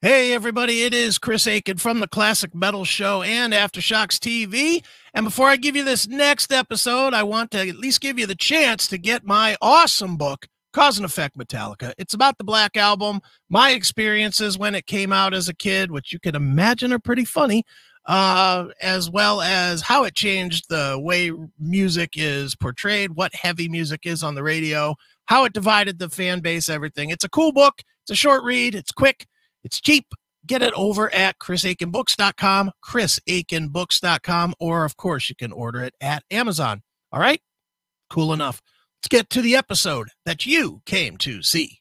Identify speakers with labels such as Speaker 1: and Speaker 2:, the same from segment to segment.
Speaker 1: Hey, everybody, it is Chris Aiken from the Classic Metal Show and Aftershocks TV. And before I give you this next episode, I want to at least give you the chance to get my awesome book, Cause and Effect Metallica. It's about the Black Album, my experiences when it came out as a kid, which you can imagine are pretty funny, uh, as well as how it changed the way music is portrayed, what heavy music is on the radio, how it divided the fan base, everything. It's a cool book. It's a short read, it's quick, it's cheap. Get it over at chrisaikenbooks.com, chrisaikenbooks.com, or of course, you can order it at Amazon. All right? Cool enough. Let's get to the episode that you came to see.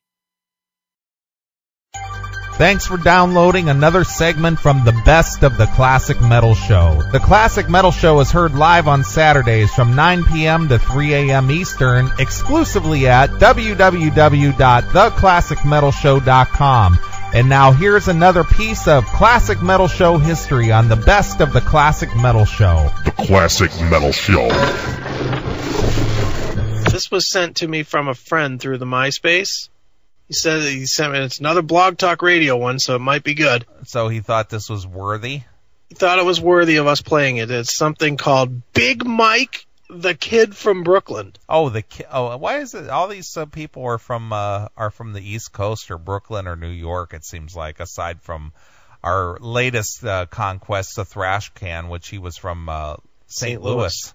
Speaker 2: Thanks for downloading another segment from the best of the Classic Metal Show. The Classic Metal Show is heard live on Saturdays from 9 p.m. to 3 a.m. Eastern exclusively at www.theclassicmetalshow.com. And now here's another piece of Classic Metal Show history on the best of the Classic Metal Show.
Speaker 3: The Classic Metal Show.
Speaker 4: This was sent to me from a friend through the MySpace. He said he sent me it's another blog talk radio one, so it might be good.
Speaker 2: So he thought this was worthy.
Speaker 4: He thought it was worthy of us playing it. It's something called Big Mike the Kid from Brooklyn.
Speaker 2: Oh, the ki- oh, why is it all these uh, people are from uh, are from the East Coast or Brooklyn or New York? It seems like aside from our latest uh, conquest, the Thrash Can, which he was from uh, St.
Speaker 4: St. Louis.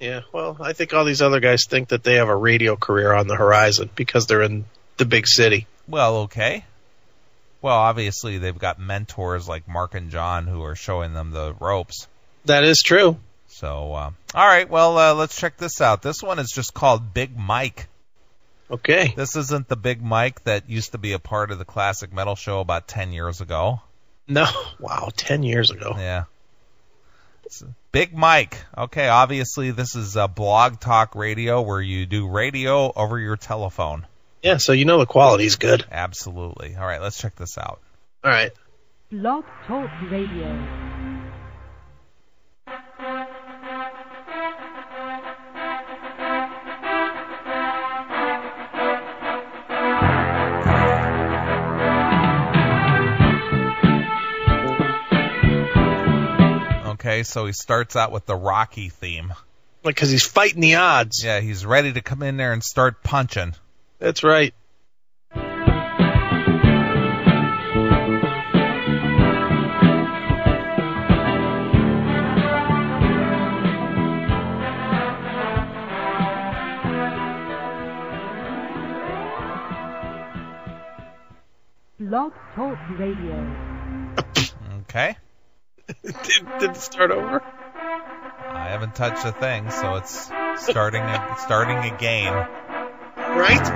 Speaker 4: Yeah, well, I think all these other guys think that they have a radio career on the horizon because they're in the big city.
Speaker 2: Well, okay. Well, obviously they've got mentors like Mark and John who are showing them the ropes.
Speaker 4: That is true.
Speaker 2: So, uh, all right, well, uh, let's check this out. This one is just called Big Mike.
Speaker 4: Okay.
Speaker 2: This isn't the Big Mike that used to be a part of the classic metal show about 10 years ago.
Speaker 4: No, wow, 10 years ago.
Speaker 2: Yeah. It's- Big Mike. Okay, obviously this is a blog talk radio where you do radio over your telephone.
Speaker 4: Yeah, so you know the quality's good.
Speaker 2: Absolutely. All right, let's check this out.
Speaker 4: All right.
Speaker 5: Blog Talk Radio.
Speaker 2: Okay, so he starts out with the Rocky theme.
Speaker 4: Like, because he's fighting the odds.
Speaker 2: Yeah, he's ready to come in there and start punching.
Speaker 4: That's right.
Speaker 5: Blog Talk Radio.
Speaker 2: Okay?
Speaker 4: did, did it start over?
Speaker 2: I haven't touched a thing, so it's starting starting again.
Speaker 4: Right?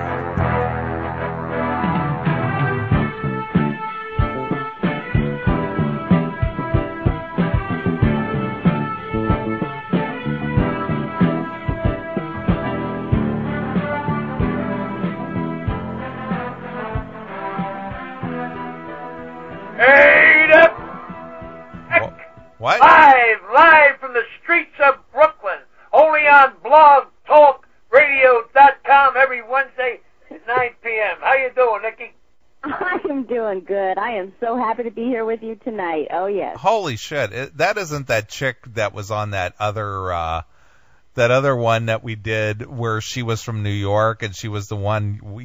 Speaker 6: Eight oh up
Speaker 2: Wha- What?
Speaker 6: live, live from the streets of Brooklyn, only on blogtalkradio.com every Wednesday at 9 p.m. How you doing, Nicky?
Speaker 7: I am doing good. I am so happy to be here with you tonight. Oh yes.
Speaker 2: Holy shit! It, that isn't that chick that was on that other uh, that other one that we did where she was from New York and she was the one we-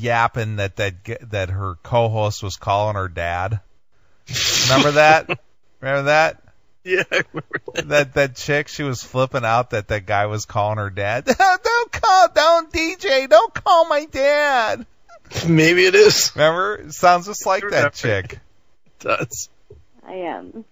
Speaker 2: yapping that that g- that her co-host was calling her dad. Remember that? Remember that?
Speaker 4: Yeah, I remember that.
Speaker 2: That that chick, she was flipping out that that guy was calling her dad. don't call, don't DJ, don't call my dad.
Speaker 4: Maybe it is.
Speaker 2: Remember? It sounds just like that
Speaker 4: Remember.
Speaker 2: chick.
Speaker 4: It does.
Speaker 7: I am.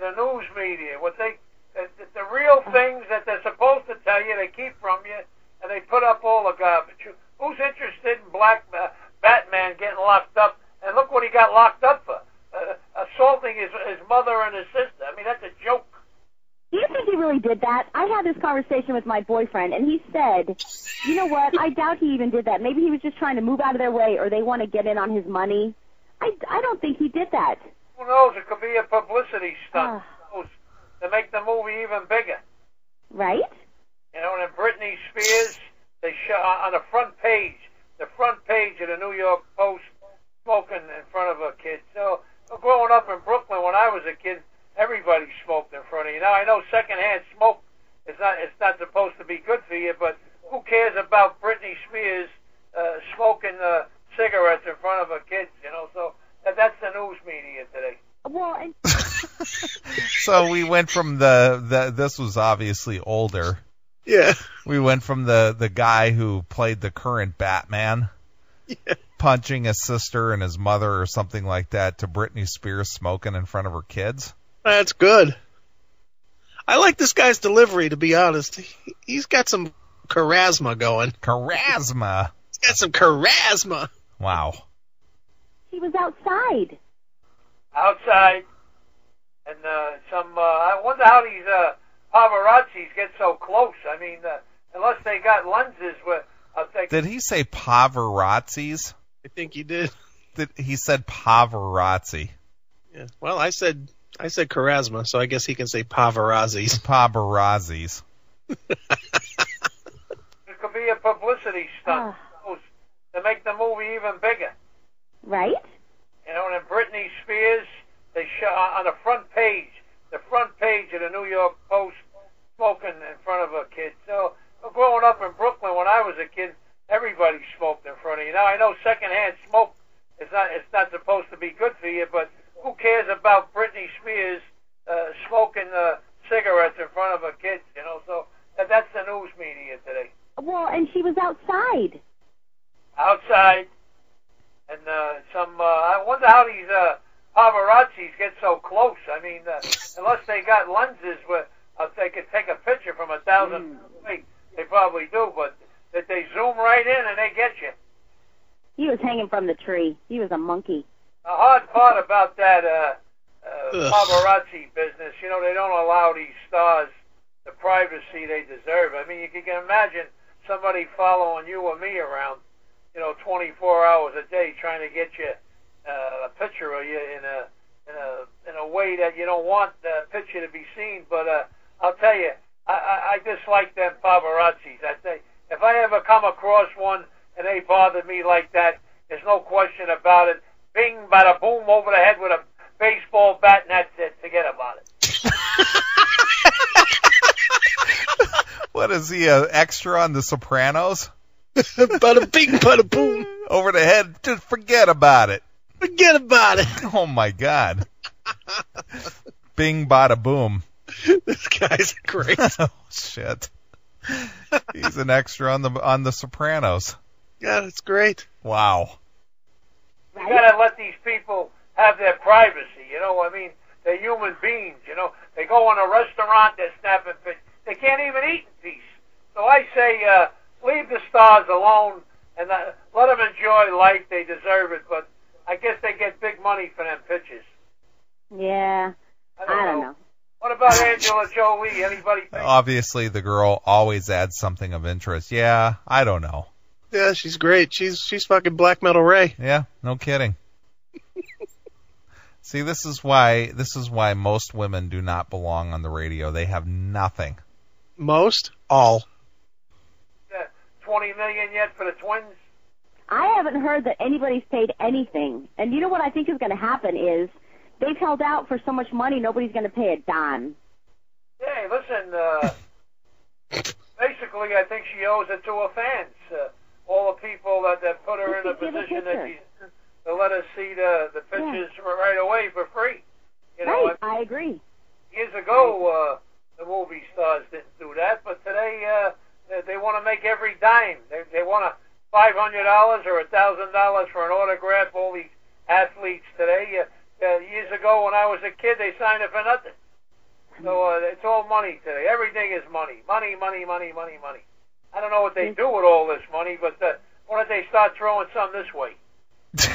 Speaker 6: The news media, what they, the, the, the real things that they're supposed to tell you, they keep from you, and they put up all the garbage. Who- Who's interested in Black uh, Batman getting locked up? And look what he got locked up for. Uh, assaulting his, his mother and his sister. I mean, that's a joke.
Speaker 7: Do you think he really did that? I had this conversation with my boyfriend and he said, You know what? I doubt he even did that. Maybe he was just trying to move out of their way or they want to get in on his money. I, I don't think he did that.
Speaker 6: Who knows? It could be a publicity stunt. Who knows? To make the movie even bigger.
Speaker 7: Right?
Speaker 6: You know, and then Britney uh, Spears, they show on the front page, the front page of the New York Post, smoking in front of a kid. So growing up in Brooklyn when I was a kid, everybody smoked in front of you. Now I know secondhand smoke is not it's not supposed to be good for you, but who cares about Britney Spears uh, smoking uh, cigarettes in front of her kids? You know, so that, that's the news media today.
Speaker 7: Well, and
Speaker 2: So we went from the, the this was obviously older.
Speaker 4: Yeah.
Speaker 2: We went from the the guy who played the current Batman
Speaker 4: Yeah.
Speaker 2: punching his sister and his mother or something like that to Britney Spears smoking in front of her kids.
Speaker 4: That's good. I like this guy's delivery, to be honest. He, he's got some charisma going.
Speaker 2: Charisma.
Speaker 4: He's got some charisma.
Speaker 2: Wow.
Speaker 7: she was outside.
Speaker 6: Outside, and uh, some. Uh, I wonder how these uh, paparazzis get so close. I mean, uh, unless they got lenses uh, with. I think
Speaker 2: Did he say Pavarazzis?
Speaker 4: I think he did.
Speaker 2: Did he said Pavarazzi.
Speaker 4: Yeah. Well, I said I said charisma, so I guess he can say Pavarazzis.
Speaker 2: Pavarazzis.
Speaker 6: it could be a publicity stunt to make the movie even bigger.
Speaker 7: Right?
Speaker 6: You know, and then Britney Spears, they show uh, on the front page, the front page of the New York Post, smoking in front of a kid. So, growing up in Brooklyn when I was a kid, everybody smoked in front of you. Now I know secondhand smoke is not it's not supposed to be good for you, but who cares about Britney Spears uh, smoking uh, cigarettes in front of her kids? You know, so that, that's the news media today.
Speaker 7: Well, and she was outside.
Speaker 6: outside, and uh, some. Uh, I wonder how these uh, paparazzis get so close. I mean, uh, unless they got lenses where uh, they could take a picture from a thousand feet, they probably do. But that they zoom right in and they get you.
Speaker 7: He was hanging from the tree. He was a monkey.
Speaker 6: The hard part about that uh, uh,
Speaker 4: Ugh.
Speaker 6: paparazzi business, you know, they don't allow these stars the privacy they deserve. I mean, you can- can imagine somebody following you or me around, you know, 24 hours a day trying to get you uh, a picture of you in a in a uh, in a way that you don't want the picture to be seen. But uh, I'll tell you, I, I, I dislike them paparazzis. I think if I ever come across one and they bother me like that, there's no question about it. Bing, bada boom, over the head with a baseball bat, and that's it. Forget about it.
Speaker 2: What is he, an extra on The Sopranos?
Speaker 4: bada bing, bada boom.
Speaker 2: Over the head, just forget about it.
Speaker 4: Forget about it.
Speaker 2: Oh my God. Bing, bada, boom.
Speaker 4: This guy's great.
Speaker 2: oh shit. He's an extra on the on the Sopranos.
Speaker 4: Yeah, it's great.
Speaker 2: Wow.
Speaker 6: We gotta let these people have their privacy. You know, I mean, they're human beings. You know, they go in a restaurant, they're snapping pictures. They can't even eat in peace. So I say, uh, leave the stars alone and uh, let them enjoy life. They deserve it, but I guess they get big money for them pictures.
Speaker 7: Yeah. I don't know.
Speaker 6: What about Angela Jolie? Anybody? Think?
Speaker 2: Uh, Obviously the girl always adds something of interest. Yeah, I don't know.
Speaker 4: Yeah, she's great. She's she's fucking black metal Ray.
Speaker 2: Yeah, no kidding. See, this is why this is why most women do not belong on the radio. They have nothing.
Speaker 4: Most all.
Speaker 6: uh, 20 million yet for the twins?
Speaker 7: I haven't heard that anybody's paid anything. And you know what I think is going to happen is they've held out for so much money, nobody's going to pay a dime.
Speaker 6: Hey, listen. Uh, basically, I think she owes it to her fans, uh, all the people that, that put her
Speaker 7: Just
Speaker 6: in a
Speaker 7: to give a
Speaker 6: position that
Speaker 7: picture.
Speaker 6: she to let us see the the pictures right away for free. You know,
Speaker 7: right. I agree.
Speaker 6: years ago uh, the movie stars didn't do that, but today uh, they- they want to make every dime. They, they want to five hundred dollars or a thousand dollars for an autograph. All these athletes today. Uh, uh, years ago, when I was a kid, they signed it for nothing. So uh, it's all money today. Everything is money, money, money, money, money, money. I don't know what they do with all this money, but uh, why don't they start throwing some this way?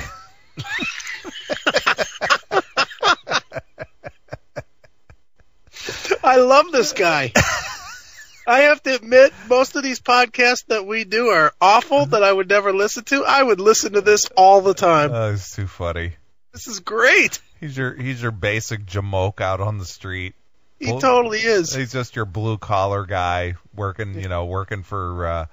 Speaker 4: I love this guy. I have to admit, most of these podcasts that we do are awful that I would never listen to. I would listen to this all the time.
Speaker 2: Oh, it's too funny.
Speaker 4: This is great.
Speaker 2: He's your he's your basic jamoke out on the street.
Speaker 4: He totally is.
Speaker 2: He's just your blue collar guy working, you know, working for uh,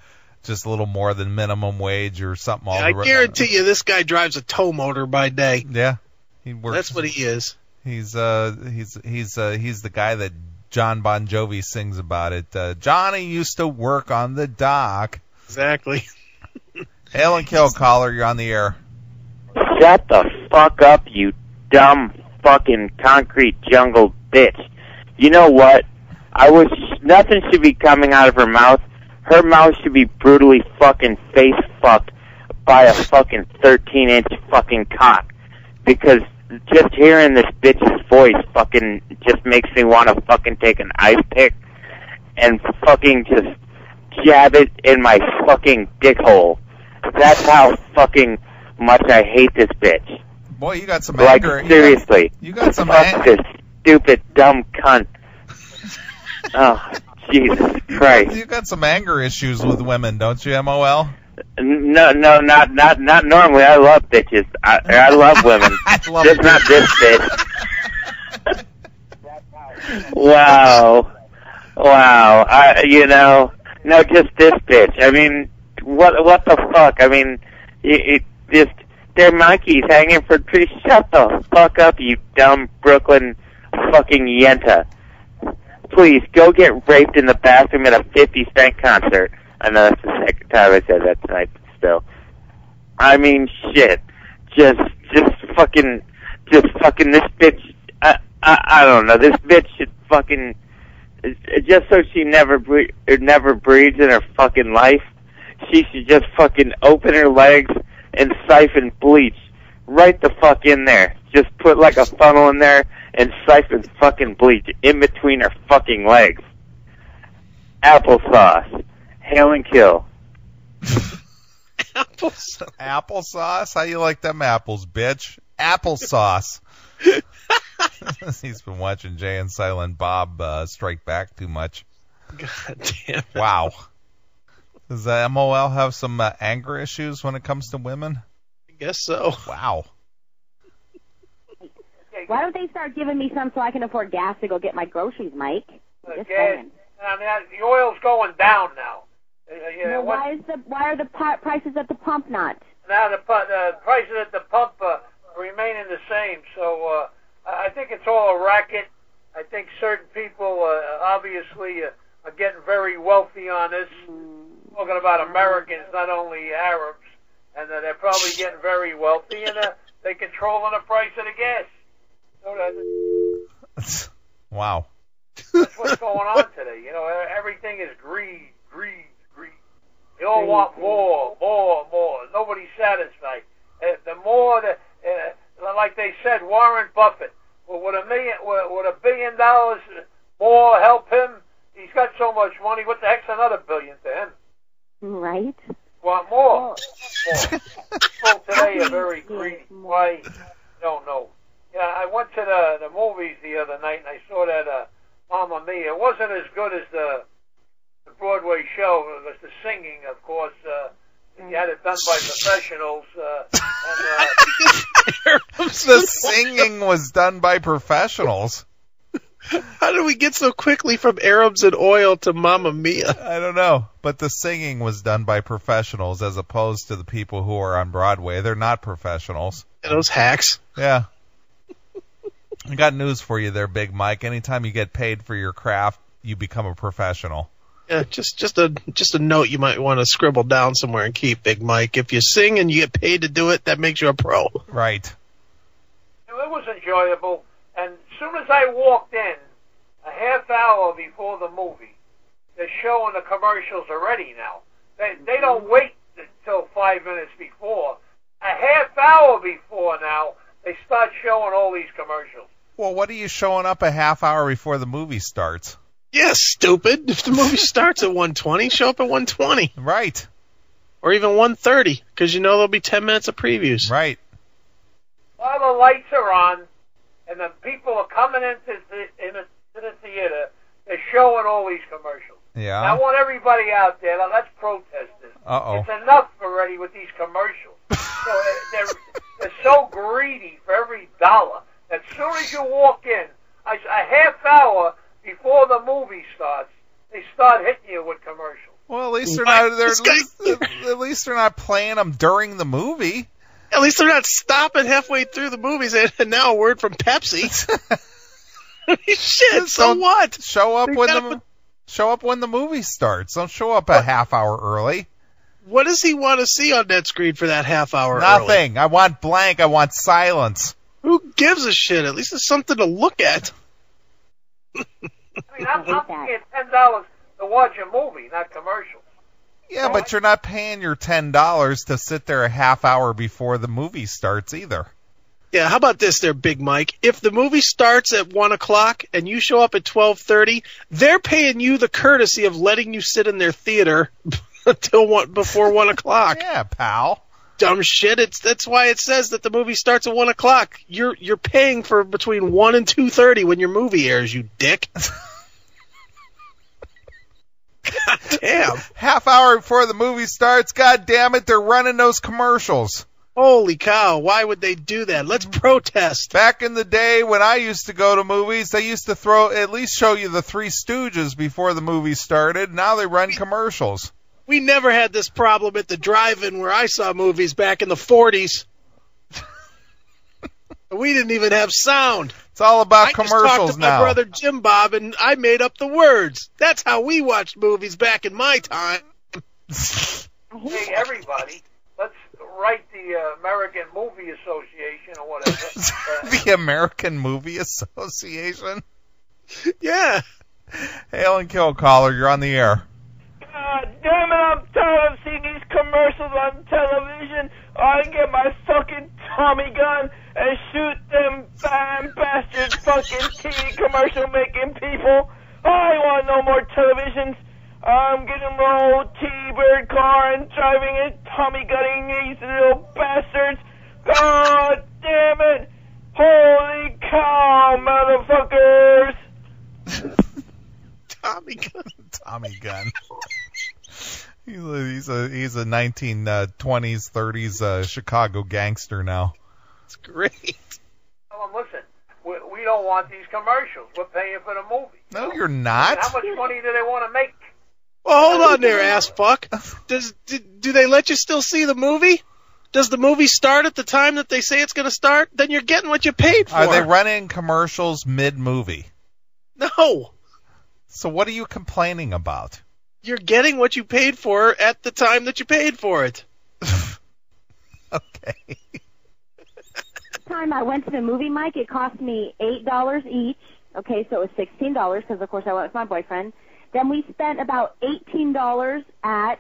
Speaker 2: just a little more than minimum wage or something. All
Speaker 4: I
Speaker 2: the-
Speaker 4: guarantee you, this guy drives a tow motor by day.
Speaker 2: Yeah, he works.
Speaker 4: That's what he is.
Speaker 2: He's uh he's he's uh he's the guy that John Bon Jovi sings about it. Uh, Johnny used to work on the dock.
Speaker 4: Exactly.
Speaker 2: Hail and kill caller, you're on the air.
Speaker 8: Shut the fuck up, you dumb fucking concrete jungle bitch. You know what? I was nothing should be coming out of her mouth. Her mouth should be brutally fucking face fucked by a fucking thirteen inch fucking cock. Because just hearing this bitch's voice fucking just makes me want to fucking take an ice pick and fucking just jab it in my fucking dick hole. That's how fucking much I hate this bitch.
Speaker 2: Boy, you got some
Speaker 8: Like
Speaker 2: anger. you got-
Speaker 8: seriously,
Speaker 2: you got some
Speaker 8: fuck
Speaker 2: anger.
Speaker 8: this stupid dumb cunt. oh Jesus Christ!
Speaker 2: You got some anger issues with women, don't you, MOL?
Speaker 8: N- No, no, not not not normally. I love bitches. I I love women.
Speaker 2: I love
Speaker 8: Just
Speaker 2: it.
Speaker 8: not this bitch. Wow, wow. I you know no, just this bitch. I mean, what what the fuck? I mean, it, it just they're monkeys hanging from trees. Shut the fuck up, you dumb Brooklyn fucking yenta. Please go get raped in the bathroom at a 50 Cent concert. I know that's the second time I said that tonight, but still. I mean, shit. Just, just fucking, just fucking this bitch. I, I, I don't know. This bitch should fucking, just so she never bre- or never breathes in her fucking life. She should just fucking open her legs and siphon bleach right the fuck in there. Just put like a funnel in there and siphon fucking bleach in between her fucking legs. Applesauce. Hail and kill.
Speaker 4: Apples.
Speaker 2: Applesauce? How you like them apples, bitch? Applesauce. He's been watching Jay and Silent Bob uh, Strike Back too much.
Speaker 4: God damn.
Speaker 2: Wow. Does uh, MOL have some uh, anger issues when it comes to women?
Speaker 4: I guess so.
Speaker 2: Wow.
Speaker 7: Why don't they start giving me some so I can afford gas to go get my groceries, Mike?
Speaker 6: Uh,
Speaker 7: Just
Speaker 6: gas.
Speaker 7: saying.
Speaker 6: And I mean, I, the oil's going down now. Uh, uh, yeah,
Speaker 7: Well,
Speaker 6: what-
Speaker 7: why is the why are the pi- prices at the pump not?
Speaker 6: now the pu- uh, prices at the pump uh, remaining the same. So uh, I I think it's all a racket. I think certain people uh, obviously uh, are getting very wealthy on this. Talking about Americans, not only Arabs, and uh, they're probably getting very wealthy, and uh, they controlling the price of the gas. So that-
Speaker 2: wow.
Speaker 6: that's what's going on today. You know, e- everything is greed, greed, greed. They all want more, more, more. Nobody's satisfied. Uh, the more, the, uh, like they said, Warren Buffett, well, would a million, would, would a billion dollars more help him? He's got so much money. What the heck's another billion to him?
Speaker 7: Right?
Speaker 6: Want more?
Speaker 7: Well,
Speaker 6: People today are
Speaker 7: Yes,
Speaker 6: very greedy.
Speaker 7: more.
Speaker 6: Why? Don't know. Yeah, I went to the the movies the other night and I saw that uh, Mamma Mia. It wasn't as good as the the Broadway show. It was the singing, of course. Uh, you had it done by professionals. Uh, and, uh,
Speaker 2: The singing was done by professionals.
Speaker 4: How did we get so quickly from Arabs and oil to Mamma Mia?
Speaker 2: I don't know, but the singing was done by professionals as opposed to the people who are on Broadway. They're not professionals.
Speaker 4: Those hacks.
Speaker 2: Yeah. I got news for you there, Big Mike. Anytime you get paid for your craft, you become a professional.
Speaker 4: Yeah, just just a just a note you might want to scribble down somewhere and keep, Big Mike. If you sing and you get paid to do it, that makes you a pro.
Speaker 2: Right.
Speaker 6: it was enjoyable. And soon as I walked in, a half hour before the movie, they're showing the commercials already now. They they don't wait until five minutes before. A half hour before now, they start showing all these commercials.
Speaker 2: Well, what are you showing up a half hour before the movie starts?
Speaker 4: Yeah, stupid. If the movie starts at 120, show up at 120
Speaker 2: Right.
Speaker 4: or even 130 because you know there'll be 10 minutes of previews.
Speaker 2: Right.
Speaker 6: While the lights are on, and the people are coming into the, in the, to the theater, they're showing all these commercials. And I
Speaker 2: Yeah.
Speaker 6: want everybody out there. Now, let's protest this.
Speaker 2: Uh oh.
Speaker 6: It's enough already with these commercials. so uh, they're, they're so greedy for every dollar. As soon as you walk in, a, a half hour before the movie starts, they start hitting you with commercials.
Speaker 2: Well, at least they're
Speaker 4: Why?
Speaker 2: not. They're,
Speaker 4: This
Speaker 2: at,
Speaker 4: guy-
Speaker 2: least, at least they're not playing them during the movie.
Speaker 4: At least they're not stopping halfway through the movie saying, and now a word from Pepsi. Shit, so
Speaker 2: Don't-
Speaker 4: what?
Speaker 2: Show up
Speaker 4: They
Speaker 2: when
Speaker 4: gotta
Speaker 2: the
Speaker 4: put-
Speaker 2: show up when the movie starts. Don't show up a half hour early.
Speaker 4: What does he want to see on that screen for that half hour? early?
Speaker 2: Nothing. I want blank. I want silence.
Speaker 4: Who gives a shit? At least it's something to look at.
Speaker 6: I mean, I'm, I'm paying ten dollars to watch a movie, not commercials.
Speaker 2: Yeah, but you're not paying your ten dollars to sit there a half hour before the movie starts either.
Speaker 4: Yeah, how about this there, Big Mike? If the movie starts at one o'clock and you show up at twelve thirty, they're paying you the courtesy of letting you sit in their theater until one before one o'clock.
Speaker 2: Yeah, pal.
Speaker 4: Dumb shit. It's that's why it says that the movie starts at one o'clock. You're you're paying for between one and two thirty when your movie airs, you dick. God damn.
Speaker 2: Half hour before the movie starts. God damn it, they're running those commercials.
Speaker 4: Holy cow, why would they do that? Let's protest.
Speaker 2: Back in the day when I used to go to movies, they used to throw at least show you the Three Stooges before the movie started. Now they run commercials.
Speaker 4: We never had this problem at the drive-in where I saw movies back in the 40s. we didn't even have sound.
Speaker 2: It's all about
Speaker 4: I just talked
Speaker 2: commercials
Speaker 4: to
Speaker 2: now.
Speaker 4: my brother Jim Bob and I made up the words. That's how we watched movies back in my time.
Speaker 6: Hey, everybody, let's write the uh, American Movie Association or whatever. Uh,
Speaker 2: the American Movie Association.
Speaker 4: Yeah.
Speaker 2: Hail and kill caller, you're on the air.
Speaker 9: God damn it, I'm tired of seeing these commercials on television. I get my fucking Tommy gun and shoot them damn bastard fucking TV commercial making people. Oh, I want no more televisions. I'm getting my old T-Bird car and driving it, Tommy gunning these little bastards. God damn it. Holy cow, motherfuckers.
Speaker 4: Tommy Gun.
Speaker 2: Tommy Gun. he's a he's a, he's a 1920s, 30s uh, Chicago gangster now.
Speaker 4: It's great.
Speaker 6: tell 'em, listen, we, we don't want these commercials. We're paying for the movie.
Speaker 2: No, you're
Speaker 6: And
Speaker 2: not.
Speaker 6: How much money do they want to make?
Speaker 4: Well, hold on there, ass fuck. Does do, do they let you still see the movie? Does the movie start at the time that they say it's going to start? Then you're getting what you paid for.
Speaker 2: Are they running commercials mid movie?
Speaker 4: No.
Speaker 2: So what are you complaining about?
Speaker 4: You're getting what you paid for at the time that you paid for it.
Speaker 2: Okay.
Speaker 7: time I went to the movie, Mike, it cost me eight dollars each. Okay, so it was sixteen dollars because of course I went with my boyfriend. Then we spent about eighteen dollars at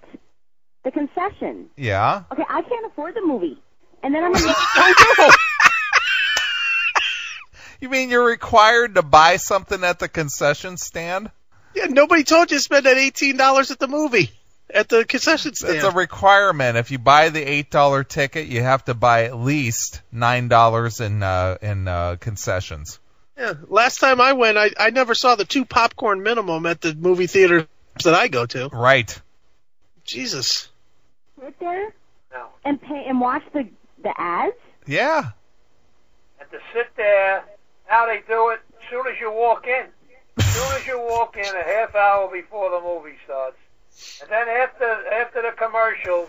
Speaker 7: the concession.
Speaker 2: Yeah.
Speaker 7: Okay, I can't afford the movie, and then I'm gonna
Speaker 2: You mean you're required to buy something at the concession stand?
Speaker 4: Yeah, nobody told you to spend that eighteen dollars at the movie at the concession stand.
Speaker 2: That's a requirement. If you buy the eight dollar ticket, you have to buy at least nine dollars in uh, in uh, concessions.
Speaker 4: yeah. Last time I went, I, I never saw the two popcorn minimum at the movie theater that I go to.
Speaker 2: Right.
Speaker 4: Jesus.
Speaker 7: sit there
Speaker 6: No.
Speaker 7: and pay and watch the the ads.
Speaker 2: Yeah.
Speaker 6: and to sit there. How they do it? As soon as you walk in, as soon as you walk in, a half hour before the movie starts, and then after after the commercials,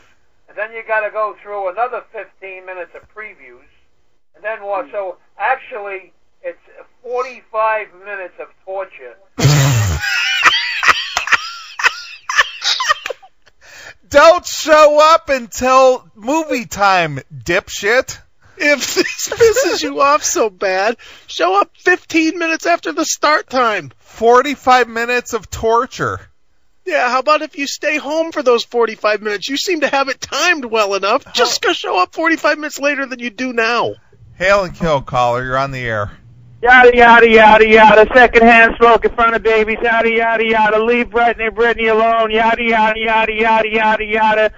Speaker 6: and then you got to go through another 15 minutes of previews, and then what? So actually, it's 45 minutes of torture.
Speaker 2: Don't show up until movie time, dipshit.
Speaker 4: If this pisses you off so bad, show up fifteen minutes after the start time.
Speaker 2: 45 minutes of torture.
Speaker 4: Yeah, how about if you stay home for those 45 minutes? You seem to have it timed well enough. Just go show up 45 minutes later than you do now.
Speaker 2: Hail and kill caller, you're on the air.
Speaker 8: Yada yada yada yada. Secondhand smoke in front of babies. Yada yada yada. Leave Brittany Brittany alone. Yada yada yada yada yada yada.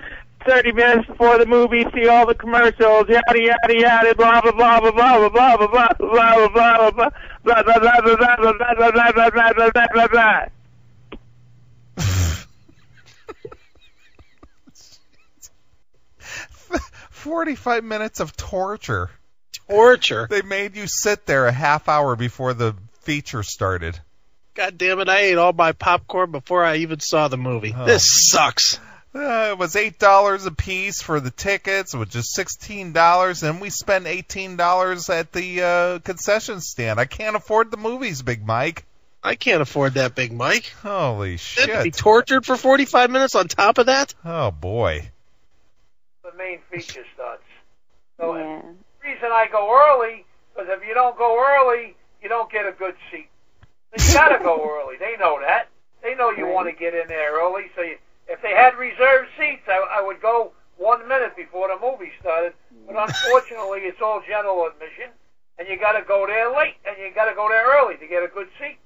Speaker 8: Thirty minutes before the movie, see all the commercials. Yada yada yada. Blah blah blah blah blah blah blah blah blah blah blah blah blah blah blah blah blah blah blah blah blah blah blah blah blah blah blah.
Speaker 2: Forty-five minutes of torture.
Speaker 4: Torture.
Speaker 2: They made you sit there a half hour before the feature started.
Speaker 4: God damn it! I ate all my popcorn before I even saw the movie. This sucks.
Speaker 2: Uh, it was eight dollars a piece for the tickets, which is sixteen dollars, and we spent eighteen dollars at the uh, concession stand. I can't afford the movies, Big Mike.
Speaker 4: I can't afford that, Big Mike.
Speaker 2: Holy
Speaker 4: Then to be
Speaker 2: shit!
Speaker 4: tortured for 45 minutes on top of that?
Speaker 2: Oh boy.
Speaker 6: the main feature starts. So
Speaker 7: Yeah.
Speaker 6: the reason I go early because if you don't go early, you don't get a good seat. So you gotta go early. They know that. They know you
Speaker 7: Right.
Speaker 6: want to get in there early. So you, if they had reserved seats, I, I would go one minute before the movie started. But unfortunately, it's all general admission, and you gotta go there late, and you gotta go there early to get a good seat.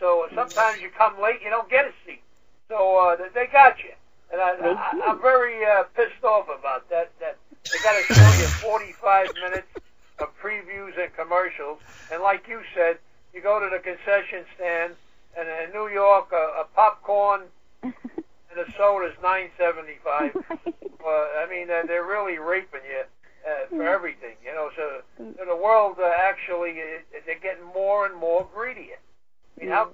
Speaker 6: So sometimes you come late, you don't get a seat. So uh, they- they got you, and I,
Speaker 7: They
Speaker 6: I,
Speaker 7: do.
Speaker 6: I'm very uh, pissed off about that. That they got to show you 45 minutes of previews and commercials, and like you said, you go to the concession stand, and in New York, a, a popcorn and a soda is 9.75. Uh, I mean, uh, they're really raping you uh, for everything, you know. So, so the world uh, actually, uh, they're getting more and more greedy. I mean, how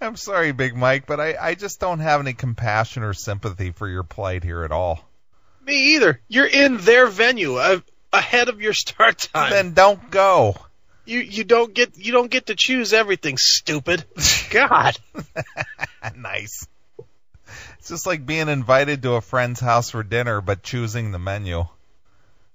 Speaker 2: I'm sorry, Big Mike, but I, I just don't have any compassion or sympathy for your plight here at all.
Speaker 4: Me either. You're in their venue uh, ahead of your start time.
Speaker 2: Then don't go.
Speaker 4: you you don't get you don't get to choose everything, stupid. God.
Speaker 2: nice. It's just like being invited to a friend's house for dinner but choosing the menu.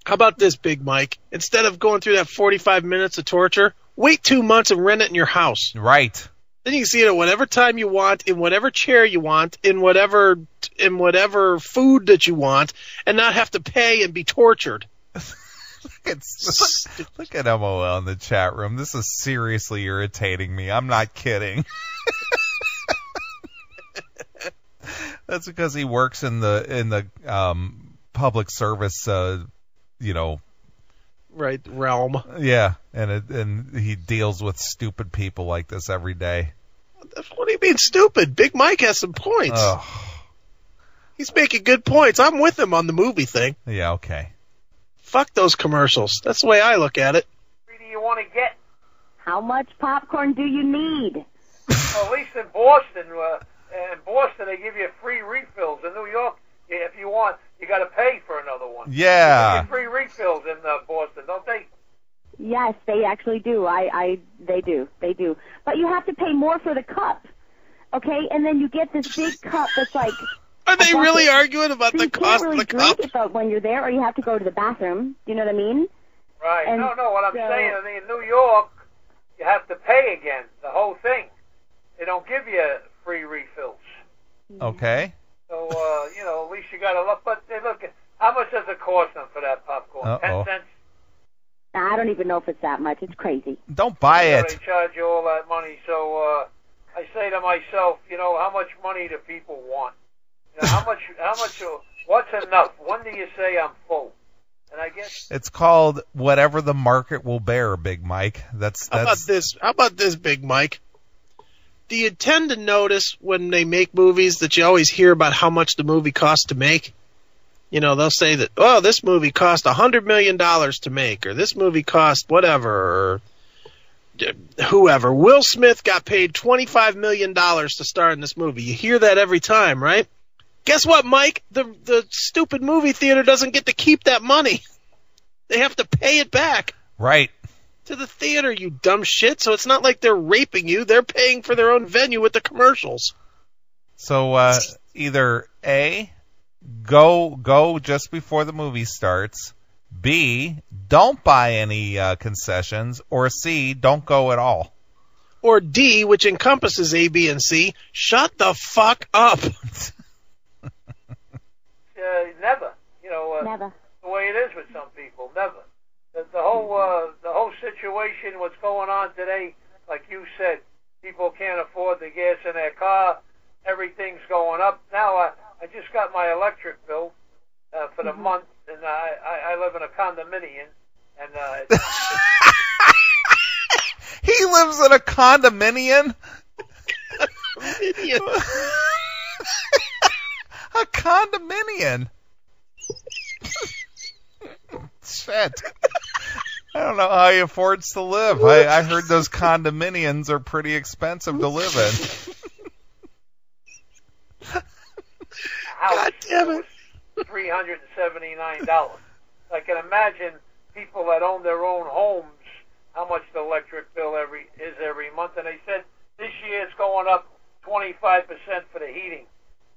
Speaker 4: How about this, Big Mike? Instead of going through that 45 minutes of torture, wait 2 months and rent it in your house.
Speaker 2: Right.
Speaker 4: Then you can see it at whatever time you want, in whatever chair you want, in whatever in whatever food that you want and not have to pay and be tortured.
Speaker 2: Look at, look at MOL in the chat room. This is seriously irritating me. I'm not kidding. That's because he works in the in the um, public service, uh, you know,
Speaker 4: Right realm.
Speaker 2: Yeah, and it, and he deals with stupid people like this every day.
Speaker 4: What do you mean stupid? Big Mike has some points.
Speaker 2: Oh,
Speaker 4: He's making good points. I'm with him on the movie thing.
Speaker 2: yeah, okay.
Speaker 4: Fuck those commercials. That's the way I look at it.
Speaker 6: greedy you want to get?
Speaker 7: How much popcorn do you need?
Speaker 6: Well, at least in Boston, uh, in Boston they give you free refills. In New York, if you want, you got to pay for another one.
Speaker 2: Yeah,
Speaker 6: They give you free refills in uh, Boston, don't they?
Speaker 7: Yes, they actually do. I, I, they do, they do. But you have to pay more for the cup, okay? And then you get this big cup that's like
Speaker 4: Are they
Speaker 7: Exactly.
Speaker 4: really arguing about
Speaker 7: so
Speaker 4: the
Speaker 7: you
Speaker 4: cost
Speaker 7: can't really
Speaker 4: of the cup?
Speaker 7: drink it though when you're there, or you have to go to the bathroom. Do you know what I mean?
Speaker 6: Right.
Speaker 7: And
Speaker 6: no, no. What I'm
Speaker 7: so-
Speaker 6: saying, I mean, in New York, you have to pay again the whole thing. They don't give you free refills.
Speaker 2: okay.
Speaker 6: So uh, you know, at least you got to look. But they look, how much does it cost them for that popcorn?
Speaker 2: Uh-oh.
Speaker 6: Ten cents.
Speaker 7: I don't even know if it's that much. It's crazy.
Speaker 2: Don't buy
Speaker 6: You know,
Speaker 2: it.
Speaker 6: They charge you all that money. So uh, I say to myself, you know, how much money do people want? You know, how much? How much? uh, What's enough? When do you say I'm full? And I guess
Speaker 2: It's called whatever the market will bear, Big Mike. That's
Speaker 4: How about
Speaker 2: that's
Speaker 4: this? How about this, Big Mike? Do you tend to notice when they make movies that you always hear about how much the movie cost to make? You know, they'll say that, oh, this movie cost a hundred million dollars to make, or this movie cost whatever, or d- whoever. Will Smith got paid twenty-five million dollars to star in this movie. You hear that every time, right? Guess what, Mike? The the stupid movie theater doesn't get to keep that money. They have to pay it back
Speaker 2: right.
Speaker 4: to the theater, you dumb shit. So it's not like they're raping you. They're paying for their own venue with the commercials.
Speaker 2: So uh, either a go go just before the movie starts. B don't buy any uh, concessions, or C don't go at all.
Speaker 4: Or D, which encompasses A, B, and C, shut the fuck up.
Speaker 6: uh, never. You know, uh,
Speaker 7: Never.
Speaker 6: the way it is with some people. Never. The, the whole uh, the whole situation, what's going on today, like you said, people can't afford the gas in their car. Everything's going up now. I I just got my electric bill uh, for the month, and I, I I live in a condominium, and uh, it's-
Speaker 2: He lives in a condominium.
Speaker 4: Idiot.
Speaker 2: a condominium. Shit. I don't know how he affords to live. I, I heard those condominiums are pretty expensive to live in.
Speaker 4: God damn it.
Speaker 6: three hundred and seventy nine dollars. I can imagine people that own their own homes how much the electric bill every is every month. And they said this year it's going up twenty five percent for the heating.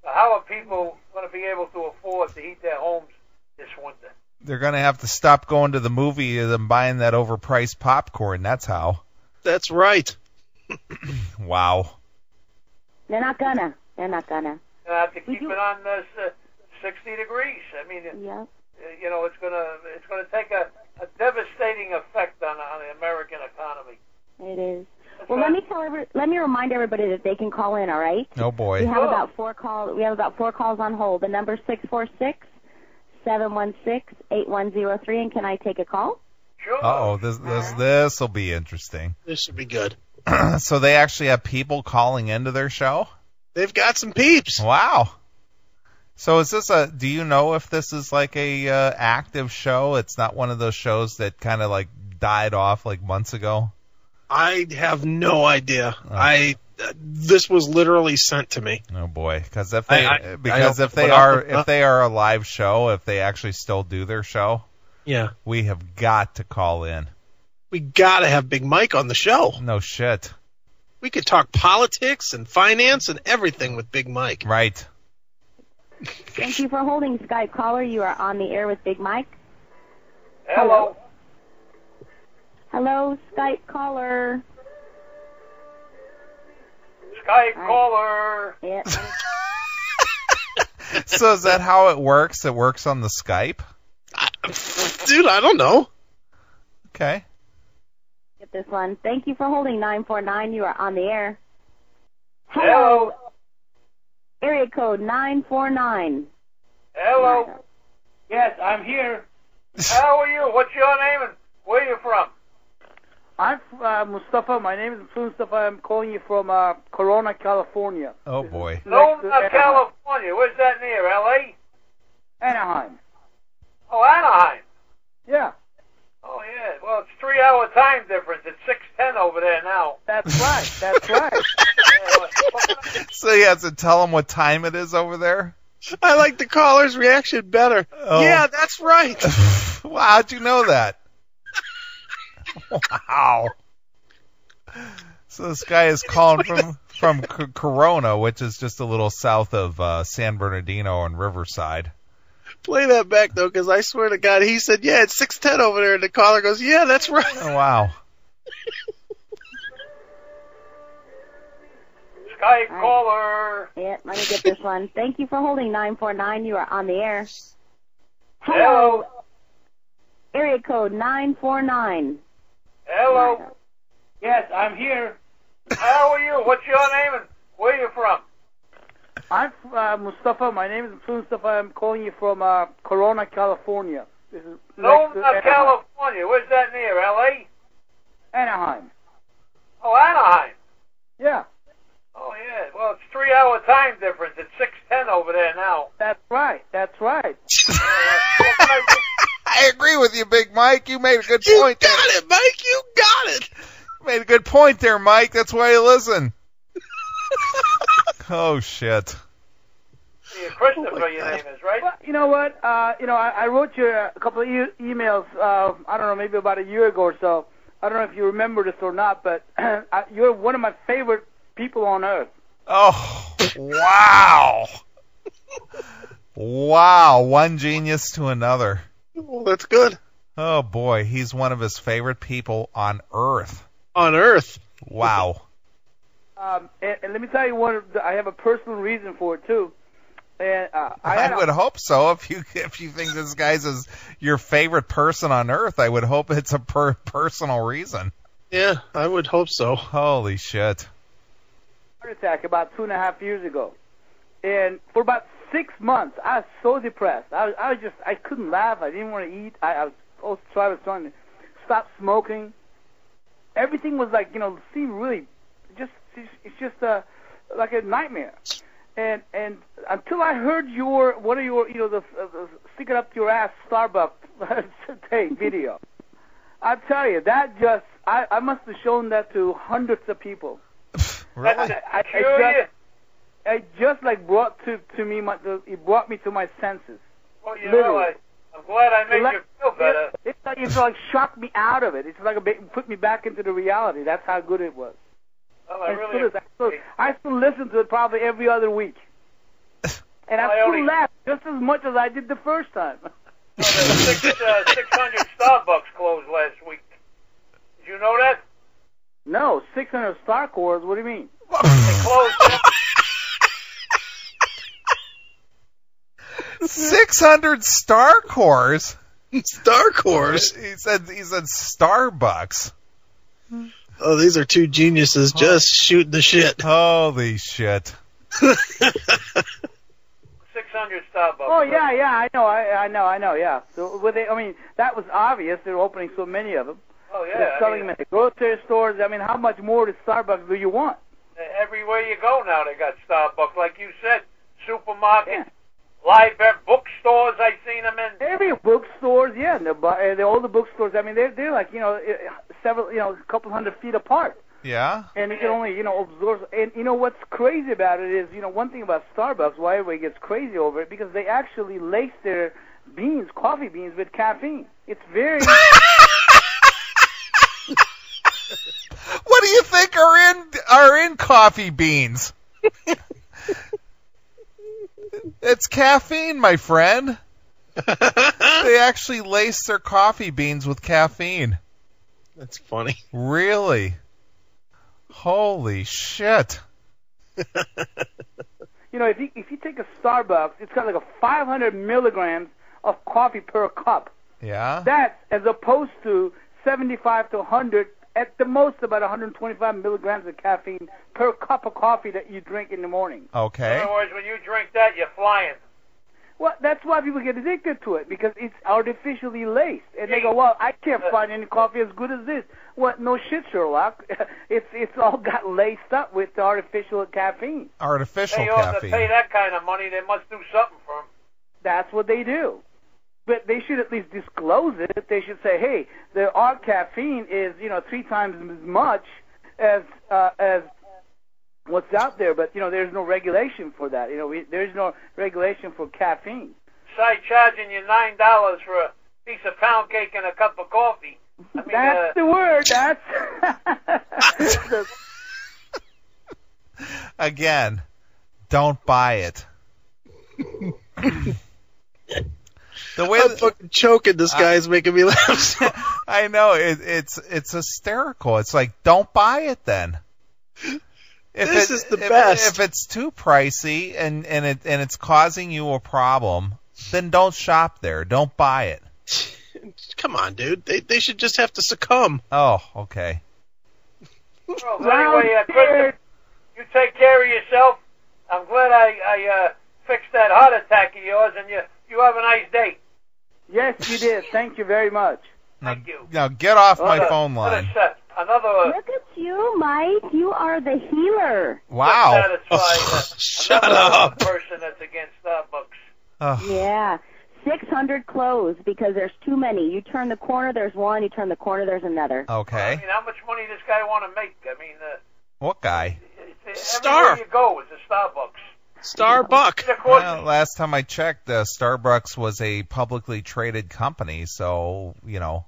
Speaker 6: So how are people going to be able to afford to heat their homes this winter?
Speaker 2: They're gonna have to stop going to the movie and buying that overpriced popcorn. That's how.
Speaker 4: That's right.
Speaker 2: Wow.
Speaker 7: They're not gonna. They're not gonna.
Speaker 6: And I have to
Speaker 7: We
Speaker 6: keep
Speaker 7: do-
Speaker 6: it on this, uh, sixty degrees. I mean,
Speaker 7: Yep.
Speaker 6: uh, you know, it's gonna it's gonna take a, a devastating effect on on the American economy.
Speaker 7: It is. Well, let me tell every, let me remind everybody that they can call in. All right.
Speaker 2: Oh
Speaker 7: We
Speaker 2: boy.
Speaker 7: have about four calls. We have about four calls on hold. The number six four six seven one six eight one zero three. And can I take a call?
Speaker 6: Sure.
Speaker 2: Uh oh. This this this will be interesting.
Speaker 4: This should be good.
Speaker 2: so they actually have people calling into their show.
Speaker 4: They've got some peeps.
Speaker 2: Wow. So is this a? Do you know if this is like a uh, active show? It's not one of those shows that kind of like died off like months ago.
Speaker 4: I have no idea. I uh, this was literally sent to me.
Speaker 2: Oh boy, because if they
Speaker 4: I- I-
Speaker 2: because
Speaker 4: I don't-
Speaker 2: if they
Speaker 4: but I'll-
Speaker 2: are if they are a live show, if they actually still do their show,
Speaker 4: Yeah.
Speaker 2: we have got to call in.
Speaker 4: We gotta have Big Mike on the show.
Speaker 2: No shit,
Speaker 4: We could talk politics and finance and everything with Big Mike.
Speaker 2: right?
Speaker 7: Thank you for holding, Skype caller. You are on the air with Big Mike.
Speaker 6: Hello.
Speaker 7: Hello, Skype caller.
Speaker 6: Skype
Speaker 7: Hi.
Speaker 6: caller.
Speaker 7: Yeah.
Speaker 2: so is that how it works? It works on the Skype.
Speaker 4: I, dude, I don't know.
Speaker 2: Okay.
Speaker 7: Get this one. Thank you for holding 949. You are on the air.
Speaker 6: Hello.
Speaker 7: Area code 949.
Speaker 6: Hello.
Speaker 10: Yes, I'm here.
Speaker 6: How are you? What's your name and where are you from?
Speaker 10: I'm uh, Mustafa. My name is Mustafa. I'm calling you from uh, Corona, California.
Speaker 2: Oh boy.
Speaker 6: Loma,
Speaker 10: Next to Anaheim.
Speaker 6: California. Where's that near? L.A.
Speaker 10: Anaheim.
Speaker 6: Oh, Anaheim.
Speaker 10: Yeah,
Speaker 6: Oh yeah. Well, it's three-hour time difference. It's six ten over there now.
Speaker 10: that's right. That's right.
Speaker 6: Yeah, what- what can I
Speaker 2: So you have to tell them what time it is over there.
Speaker 4: I like the caller's reaction better.
Speaker 2: Oh.
Speaker 4: Yeah, that's right.
Speaker 2: wow, how'd you know that? wow. So this guy is calling from from C- Corona, which is just a little south of uh, San Bernardino and Riverside.
Speaker 4: Play that back though, because I swear to God, he said, "Yeah, it's six ten over there," and the caller goes, "Yeah, that's right."
Speaker 2: Oh, wow.
Speaker 6: Skype
Speaker 7: Hi.
Speaker 6: caller.
Speaker 7: Yeah, let me get this one. Thank you for holding 949. You are on the air.
Speaker 6: Hello.
Speaker 7: Area code 949.
Speaker 6: Hello.
Speaker 10: yes, I'm here.
Speaker 6: How are you? What's your name and where are you from?
Speaker 10: I'm uh, Mustafa. My name is Mustafa. I'm calling you from uh, Corona, California. This is next to
Speaker 6: Loma,
Speaker 10: Anaheim.
Speaker 6: California. Where's that near? L.A.
Speaker 10: Anaheim.
Speaker 6: Oh, Anaheim.
Speaker 10: Yeah,
Speaker 6: Oh yeah. Well, it's three-hour time difference. It's six ten over there now.
Speaker 10: that's right. That's right.
Speaker 6: What can I do?
Speaker 2: I agree with you, Big Mike. You made a good
Speaker 4: You
Speaker 2: point.
Speaker 4: got it, Mike. You got it.
Speaker 2: You made a good point there, Mike. That's why you listen. oh shit.
Speaker 6: Yeah, Christopher, your name is right.
Speaker 10: Well, you know what? Uh, you know, I, I wrote you a couple of e- emails. Uh, I don't know, maybe about a year ago or so. I don't know if you remember this or not, but I- you're one of my favorite people on earth.
Speaker 2: Oh wow. wow. One genius to another.
Speaker 4: Well, that's good.
Speaker 2: Oh boy, he's one of his favorite people on earth.
Speaker 4: On Earth,
Speaker 2: Wow.
Speaker 10: Um, and, and let me tell you one. of the- I have a personal reason for it too. And uh, I, had
Speaker 2: I
Speaker 10: a-
Speaker 2: would hope so. If you if you think this guy's is your favorite person on earth, I would hope it's a per- personal reason.
Speaker 4: yeah, I would hope so.
Speaker 2: Holy shit.
Speaker 10: heart attack about two and a half years ago, and for about six months I was so depressed. I was, I was just I couldn't laugh. I didn't want to eat. I, I was also trying I was trying to stop smoking. Everything was like you know seemed really just it's it's just uh like a nightmare. And and until I heard your one of your you know the, uh, the stick it up your ass Starbucks today video, I tell you, that just I, I must have shown that to hundreds of people.
Speaker 2: Really?
Speaker 4: uh,
Speaker 10: I, I, I just, it just like brought to to me my the, it brought me to my senses.
Speaker 6: Well, you know,
Speaker 10: Literally.
Speaker 6: I, I'm glad I made
Speaker 10: Let-
Speaker 6: you feel better.
Speaker 10: It's like it's like shocked me out of it. It's like a bit, put me back into the reality. That's how good it was.
Speaker 6: Well, Oh, I
Speaker 10: And
Speaker 6: really
Speaker 10: still is. I still,
Speaker 6: appreciate
Speaker 10: I still listen to it probably every other week. And I
Speaker 6: I
Speaker 10: still
Speaker 6: only-
Speaker 10: laugh just as much as I did the first time.
Speaker 6: No, there were six, uh, 600 Starbucks closed last week. Did you know that?
Speaker 10: No, 600 Star Wars. What do you mean?
Speaker 6: Closed.
Speaker 2: Six hundred Star Cores.
Speaker 4: Star Course.
Speaker 2: He said he said Starbucks.
Speaker 4: Oh, these are two geniuses just shooting the shit.
Speaker 2: Holy shit!
Speaker 6: 600 Starbucks.
Speaker 10: Oh yeah, yeah, I know, I, I know, I know, yeah. So were they? I mean, that was obvious. They're opening so many of them.
Speaker 6: Oh,
Speaker 10: They're
Speaker 6: yeah. I
Speaker 10: selling
Speaker 6: mean,
Speaker 10: them at the grocery stores. I mean, how much more does Starbucks do you want?
Speaker 6: everywhere you go now, they got Starbucks. Like you said, supermarkets,
Speaker 10: Yeah.
Speaker 6: library, bookstores. I seen them in.
Speaker 10: Every bookstores, yeah, and the, bu- uh, the older bookstores. I mean, they're they're like you know eh, several, you know, a couple hundred feet apart,
Speaker 2: Yeah.
Speaker 10: and you can only you know absorb. And you know what's crazy about it is you know one thing about Starbucks, why everybody gets crazy over it, because they actually lace their beans, coffee beans, with caffeine. It's very
Speaker 2: What do you think are in are in coffee beans? it's caffeine, my friend. They actually lace their coffee beans with caffeine.
Speaker 4: That's funny.
Speaker 2: Really? Holy shit!
Speaker 10: you know if you if you take a Starbucks, it's got like a 500 milligrams of coffee per cup.
Speaker 2: Yeah.
Speaker 10: That's as opposed to 75 to 100, at the most about 125 milligrams of caffeine per cup of coffee that you drink in the morning.
Speaker 6: In
Speaker 2: Okay.
Speaker 6: other words, when you drink that, you're flying.
Speaker 10: Well, that's why people get addicted to it because it's artificially laced, and they go, "Well, I can't find any coffee as good as this." Well, no shit, Sherlock. It's it's all got laced up with the artificial caffeine.
Speaker 2: Artificial
Speaker 6: They ought to pay
Speaker 2: caffeine.
Speaker 6: that kind of money. They must do something for them.
Speaker 10: That's what they do. But they should at least disclose it. They should say, "Hey, the our caffeine is you know three times as much as uh, as what's out there." But you know, there's no regulation for that. You know, we, there's no regulation for caffeine.
Speaker 6: Besides charging you nine dollars for a piece of pound cake and a cup of coffee. I mean, uh,
Speaker 10: That's the word. That's the,
Speaker 2: Again, don't buy it. the way
Speaker 4: I'm
Speaker 2: that-
Speaker 4: fucking choking. This guy's making me laugh. so-
Speaker 2: I know it, it's it's hysterical. It's like don't buy it then. If
Speaker 4: This is the
Speaker 2: if-
Speaker 4: best.
Speaker 2: If it's too pricey and and it and it's causing you a problem, then don't shop there. Don't buy it.
Speaker 4: Come on, dude. They they should just have to succumb.
Speaker 2: Oh, okay.
Speaker 6: well, anyway, uh, Christopher, you take care of yourself. I'm glad I, I uh, fixed that heart attack of yours, and you you have a nice day.
Speaker 10: yes, you did. Thank you very much.
Speaker 6: Thank you.
Speaker 2: Now get off my
Speaker 6: Another-
Speaker 2: phone
Speaker 6: another
Speaker 2: line.
Speaker 6: set. Another. Uh,
Speaker 7: Look at you, Mike. You are the healer.
Speaker 2: Wow.
Speaker 6: Satisfied. Uh,
Speaker 4: Shut
Speaker 6: another
Speaker 4: up.
Speaker 6: Person that's against Starbucks.
Speaker 2: Ugh.
Speaker 7: Yeah. 600 closed because there's too many. You turn the corner, there's one. You turn the corner, there's another.
Speaker 6: I
Speaker 2: Okay.
Speaker 6: mean, how much money does this guy want to make? I mean, uh,
Speaker 2: What guy?
Speaker 6: it's, uh,
Speaker 4: Star.
Speaker 6: everywhere you go is a Starbucks.
Speaker 4: Starbuck.
Speaker 6: And of course,
Speaker 2: Well, last time I checked, uh, Starbucks was a publicly traded company, so you know,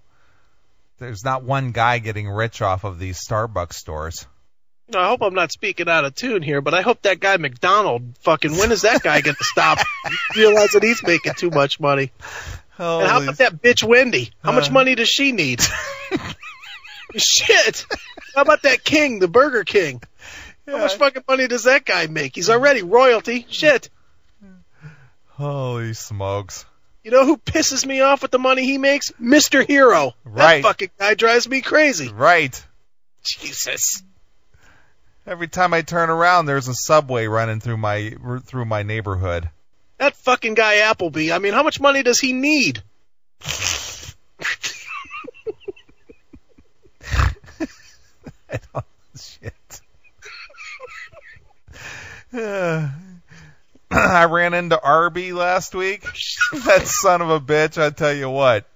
Speaker 2: there's not one guy getting rich off of these Starbucks stores.
Speaker 4: Now, I hope I'm not speaking out of tune here, but I hope that guy McDonald fucking. When is that guy going to stop realizing he's making too much money? And how
Speaker 2: Holy
Speaker 4: about that bitch Wendy? How much
Speaker 2: Uh.
Speaker 4: money does she need? Shit. How about that King, the Burger King? How much fucking money does that guy make? He's already royalty. Shit.
Speaker 2: Holy smokes.
Speaker 4: You know who pisses me off with the money he makes? Mr. Hero. That
Speaker 2: Right.
Speaker 4: fucking guy drives me crazy.
Speaker 2: Right.
Speaker 4: Jesus.
Speaker 2: Every time I turn around, there's a subway running through my through my neighborhood.
Speaker 4: That fucking guy Appleby. I mean, how much money does he need?
Speaker 2: I don't- Shit. Uh, I ran into Arby last week. that son of a bitch! I tell you what,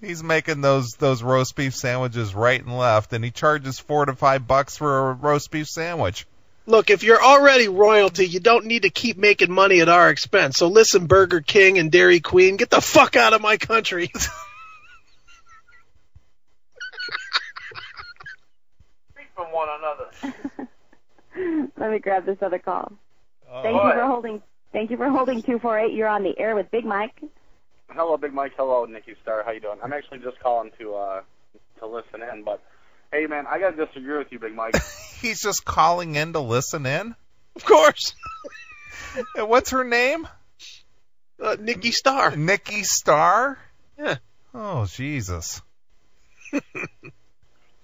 Speaker 2: He's making those those roast beef sandwiches right and left, and he charges four to five bucks for a roast beef sandwich.
Speaker 4: Look, if you're already royalty, you don't need to keep making money at our expense. So listen, Burger King and Dairy Queen, get the fuck out of my country.
Speaker 6: Speak from one another.
Speaker 7: Let me grab this other call. Thank
Speaker 6: All
Speaker 7: you
Speaker 6: right.
Speaker 7: for holding. Thank you for holding two four eight. You're on the air with Big Mike.
Speaker 11: Hello, Big Mike. Hello, Nikki Star. How you doing? I'm actually just calling to uh to listen in, but hey, man, I gotta disagree with you, Big Mike.
Speaker 2: He's just calling in to listen in.
Speaker 4: Of course.
Speaker 2: And what's her name?
Speaker 4: Uh, Nikki Star.
Speaker 2: Nikki Star.
Speaker 4: Yeah.
Speaker 2: Oh Jesus.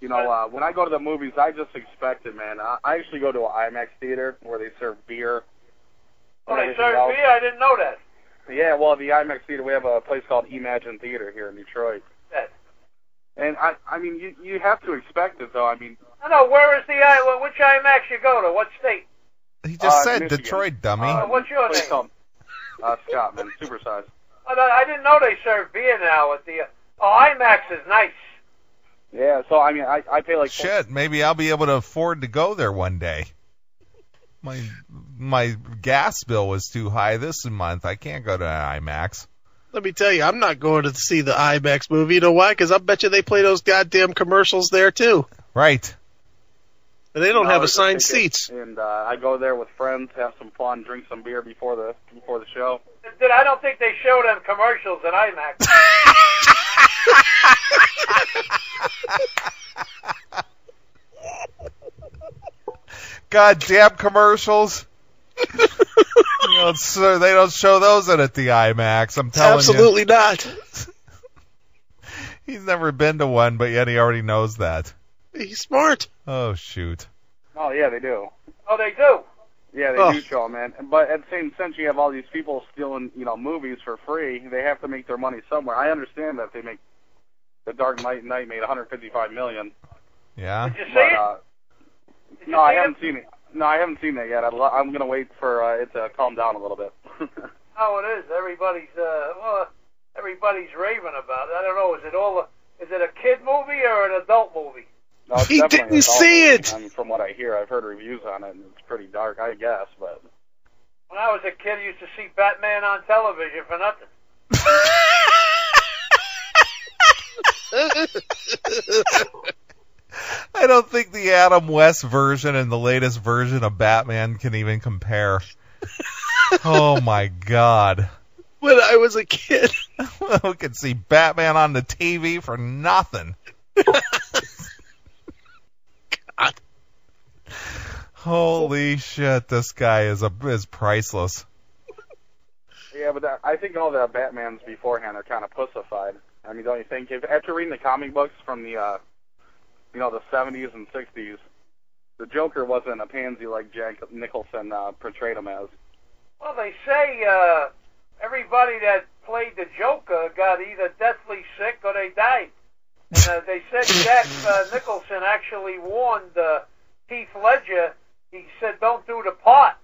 Speaker 11: You know, uh, when I go to the movies, I just expect it, man. I, I actually go to an IMAX theater where they serve beer.
Speaker 6: Oh,
Speaker 11: and
Speaker 6: they
Speaker 11: everything
Speaker 6: served
Speaker 11: else.
Speaker 6: me? I didn't know that.
Speaker 11: Yeah, well, the IMAX theater, we have a place called Imagine Theater here in Detroit.
Speaker 6: Yeah.
Speaker 11: And I, I mean, you you have to expect it though. I mean,
Speaker 6: I know. Where is the I? well, Which IMAX you go to? What state?
Speaker 2: He just
Speaker 11: Uh,
Speaker 2: said
Speaker 11: Michigan.
Speaker 2: Detroit, dummy.
Speaker 11: Uh,
Speaker 6: What's your
Speaker 11: place
Speaker 6: name?
Speaker 11: called uh, Scott, man, supersize.
Speaker 6: I, I didn't know they served beer now at the. Uh, oh, IMAX is nice.
Speaker 11: Yeah, so I mean, I I pay like
Speaker 2: Shit, maybe I'll be able to afford to go there one day. My my gas bill was too high this month. I can't go to an IMAX.
Speaker 4: Let me tell you, I'm not going to see the IMAX movie. You know why? Because I bet you they play those goddamn commercials there too.
Speaker 2: Right.
Speaker 4: And they don't
Speaker 6: Oh,
Speaker 4: have
Speaker 11: dollars a
Speaker 4: assigned
Speaker 11: ticket,
Speaker 4: seats.
Speaker 11: And uh, I go there with friends, have some fun, drink some beer before the before the show.
Speaker 6: Did I don't think they show them commercials at IMAX.
Speaker 2: Goddamn commercials. you know, sir, they don't show those at the IMAX. I'm telling
Speaker 4: Absolutely not.
Speaker 2: you. He's never been to one, but yet he already knows that.
Speaker 4: He's smart.
Speaker 2: Oh shoot.
Speaker 11: Oh yeah, they do.
Speaker 6: Oh, they do.
Speaker 11: Yeah, they
Speaker 4: Oh.
Speaker 11: do show 'em, man. But at the same sense, you have all these people stealing, you know, movies for free. They have to make their money somewhere. I understand that they make the Dark Knight Knight made 155 million.
Speaker 2: Yeah.
Speaker 6: Did you see
Speaker 11: But,
Speaker 6: it?
Speaker 11: uh,
Speaker 6: Did you
Speaker 11: no, I
Speaker 6: see it?
Speaker 11: haven't seen it. No, I haven't seen that yet. I'd lo- I'm gonna wait for uh, it to calm down a little bit.
Speaker 6: how Oh, it is. Everybody's uh, well, everybody's raving about it. I don't know. Is it all? A, is it a kid movie or an adult movie?
Speaker 11: no, it's
Speaker 4: He didn't
Speaker 11: definitely an adult
Speaker 4: see
Speaker 11: movie.
Speaker 4: it!
Speaker 11: I mean, from what I hear, I've heard reviews on it, and it's pretty dark, I guess. But
Speaker 6: When I was a kid, I used to see Batman on television for nothing.
Speaker 2: I don't think the Adam West version and the latest version of Batman can even compare. oh my god.
Speaker 4: When I was a kid,
Speaker 2: Who can see Batman on the TV for nothing? Holy shit, this guy is a is priceless.
Speaker 11: yeah, but that, I think all the Batman's beforehand are kind of pussified. I mean, don't you think? If after reading the comic books from the, uh, you know, the 70s and 60s, the Joker wasn't a pansy like Jack Nicholson uh, portrayed him as.
Speaker 6: Well, they say uh, everybody that played the Joker got either deathly sick or they died. And, uh, they said Jack uh, Nicholson actually warned uh, Heath Ledger. He said, "Don't do the part,"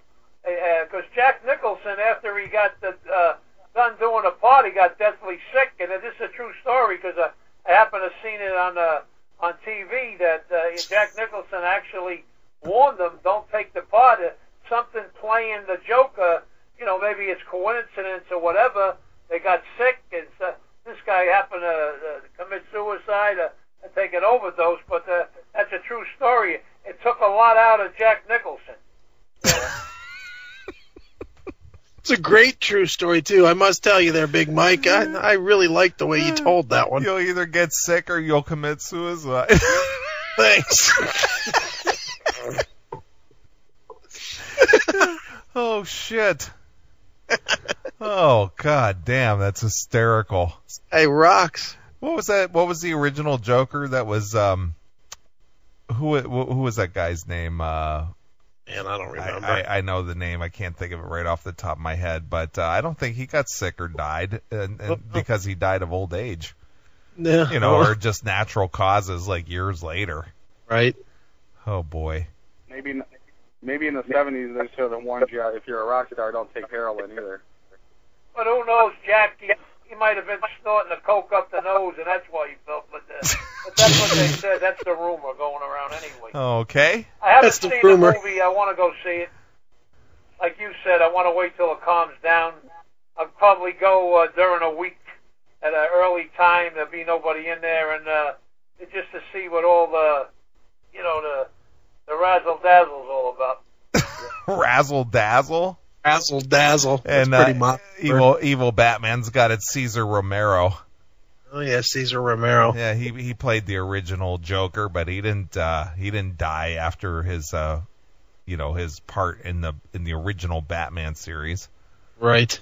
Speaker 6: because Jack Nicholson, after he got the, uh, done doing the part, he got deathly sick. And this is a true story because I, I happened to seen it on uh, on TV that uh, Jack Nicholson actually warned them, "Don't take the part." Uh, something playing the Joker, you know, maybe it's coincidence or whatever. They got sick, and uh, this guy happened to uh, commit suicide uh, and take an overdose. But uh, that's a true story. It took a lot out of Jack Nicholson.
Speaker 4: it's a great true story too. I must tell you, there, Big Mike. I, I really like the way you told that one.
Speaker 2: You'll either get sick or you'll commit suicide.
Speaker 4: Thanks.
Speaker 2: oh shit. Oh god damn, that's hysterical.
Speaker 4: hey, rocks.
Speaker 2: What was that? What was the original Joker that was um who who who was that guy's name? Uh
Speaker 4: Man, I don't
Speaker 2: I,
Speaker 4: remember.
Speaker 2: I, I know the name. I can't think of it right off the top of my head, but uh, I don't think he got sick or died and, and because he died of old age,
Speaker 4: yeah,
Speaker 2: you know, or just natural causes like years later.
Speaker 4: right?
Speaker 2: Oh boy.
Speaker 11: Maybe, in- maybe in the 70s they should have warned you uh, if you're a rock star, don't take heroin either.
Speaker 6: But who knows, Jack? You, you he might have been snorting the coke up the nose, and that's why he felt. But, uh, but that's what they said. That's the rumor going around anyway.
Speaker 2: Okay.
Speaker 6: I haven't
Speaker 2: That's the
Speaker 6: seen
Speaker 2: rumor.
Speaker 6: the movie. I want to go see it. Like you said, I want to wait till it calms down. I'll probably go uh, during a week at an early time. There'll be nobody in there, and uh, just to see what all the, you know, the the razzle dazzle's all about.
Speaker 2: Razzle dazzle.
Speaker 12: Razzle dazzle.
Speaker 2: And
Speaker 12: That's
Speaker 2: uh,
Speaker 12: pretty much-
Speaker 2: evil evil Batman's got its Caesar Romero.
Speaker 12: Oh yeah, Caesar Romero.
Speaker 2: Yeah, he he played the original Joker, but he didn't uh, he didn't die after his uh, you know his part in the in the original Batman series.
Speaker 12: Right.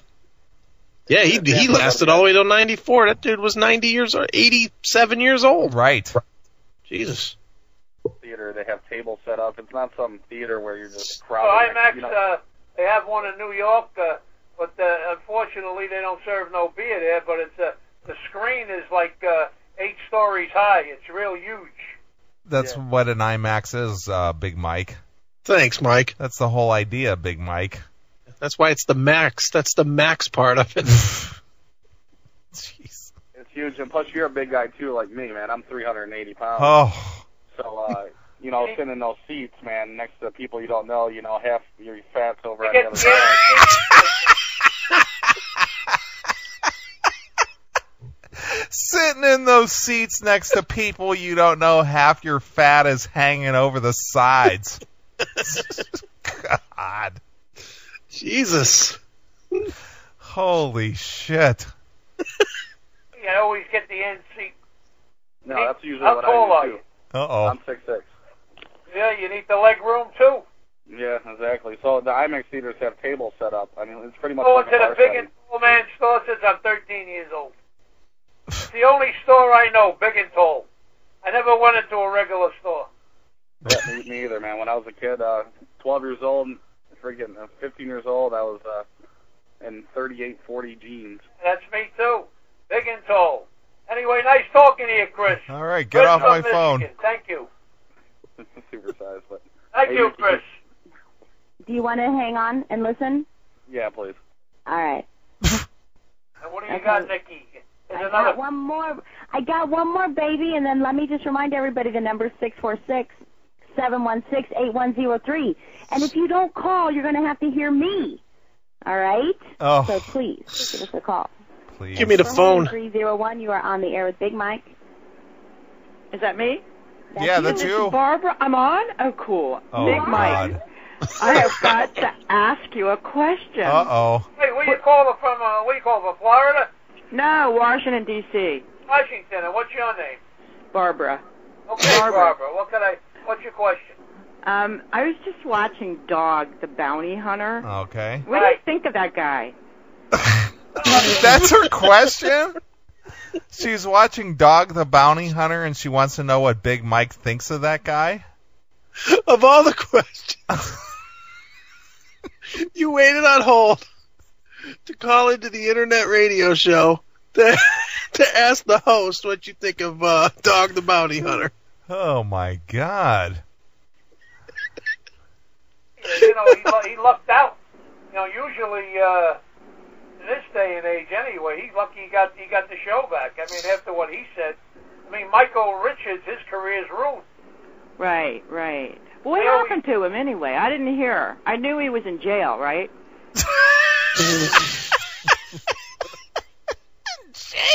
Speaker 12: Yeah, he he lasted all the way till '94. That dude was 90 years or 87 years old.
Speaker 2: Right.
Speaker 12: Jesus.
Speaker 11: theater. They have tables set up. It's not some theater where you're just
Speaker 6: So
Speaker 11: crowded.
Speaker 6: IMAX,
Speaker 11: you know.
Speaker 6: uh, they have one in New York, uh, but uh, unfortunately they don't serve no beer there. But it's uh, the screen is like uh, eight stories high. It's real huge.
Speaker 2: That's what an IMAX is, uh, Big Mike.
Speaker 12: Thanks, Mike.
Speaker 2: That's the whole idea, Big Mike.
Speaker 12: That's why it's the max. That's the max part of it.
Speaker 11: It's huge, and plus you're a big guy too, like me, man. I'm 380 pounds.
Speaker 2: Oh,
Speaker 11: So, uh, you know, sitting in those seats, man, next to people you don't know, you know, half your fat's over on the other side.
Speaker 2: sitting in those seats next to people you don't know, half your fat is hanging over the sides. God.
Speaker 12: Jesus.
Speaker 2: Holy shit.
Speaker 6: I always get the end seat.
Speaker 11: No, that's usually
Speaker 6: How
Speaker 11: what
Speaker 6: tall
Speaker 11: I
Speaker 6: are
Speaker 11: do
Speaker 6: you?
Speaker 11: too.
Speaker 2: Uh oh.
Speaker 11: I'm
Speaker 12: Um,
Speaker 11: six six.
Speaker 6: Yeah, you need the leg room too.
Speaker 11: Yeah, exactly. So the IMAX theaters have tables set up. I mean, it's pretty much.
Speaker 6: Going
Speaker 11: like
Speaker 6: to
Speaker 11: a
Speaker 6: the
Speaker 11: bar
Speaker 6: big
Speaker 11: setting.
Speaker 6: and tall man store since I'm 13 years old. It's the only store I know, big and tall. I never went into a regular store.
Speaker 11: Yeah, me, me either, man. When I was a kid, uh, 12 years old, freaking uh, 15 years old, I was uh, in 38, 40 jeans.
Speaker 6: That's me too, big and tall. Anyway, nice talking to you, Chris.
Speaker 2: All right, get
Speaker 6: Chris
Speaker 2: off
Speaker 6: from
Speaker 2: my
Speaker 6: Michigan.
Speaker 2: phone.
Speaker 6: Thank you.
Speaker 11: Supersized, but
Speaker 6: Thank
Speaker 11: Hey,
Speaker 6: you,
Speaker 11: Mickey.
Speaker 6: Chris.
Speaker 7: Do you want to hang on and listen?
Speaker 11: yeah, please.
Speaker 7: All right.
Speaker 6: And what do you got, Nikki? There's
Speaker 7: I
Speaker 6: another-
Speaker 7: got one more. I got one more baby, and then let me just remind everybody the number is six four six seven one six eight one zero three. And if you don't call, you're going to have to hear me. All right.
Speaker 2: Oh.
Speaker 7: So please give us a call.
Speaker 2: Please.
Speaker 12: Give me the phone.
Speaker 7: Three zero one. You are on the air with Big Mike.
Speaker 13: Is that me?
Speaker 2: Yeah, that's
Speaker 13: This is
Speaker 2: you.
Speaker 13: Barbara, I'm on? Oh, cool.
Speaker 2: Oh,
Speaker 13: Big Mike,
Speaker 2: God.
Speaker 13: I have got to ask you a question.
Speaker 2: Uh oh.
Speaker 6: Hey, where you calling from? Uh, where you calling from? Florida,
Speaker 13: No, Washington, D.C.
Speaker 6: Washington. And what's your name?
Speaker 13: Barbara.
Speaker 6: Okay,
Speaker 13: Barbara.
Speaker 6: Barbara. What can I? What's your question?
Speaker 13: Um, I was just watching Dog the Bounty
Speaker 12: Uh.
Speaker 13: Hunter.
Speaker 2: Okay.
Speaker 13: What do you think of that guy?
Speaker 2: That's her question? She's watching Dog the Bounty Hunter and she wants to know what Big Mike thinks of that guy?
Speaker 12: Of all the questions, you waited on hold to call into the internet radio show to, to ask the host what you think of uh, Dog the Bounty Hunter.
Speaker 2: Oh my god.
Speaker 6: you know, he, lu- he lucked out. You know, usually uh, in this day and age, anyway, he's lucky he got he got the show back. I mean, after what he said, I mean, Michael Richards, his career's ruined.
Speaker 13: Right, right. What
Speaker 6: Well,
Speaker 13: happened to him anyway? I didn't hear. I knew he was in jail, right?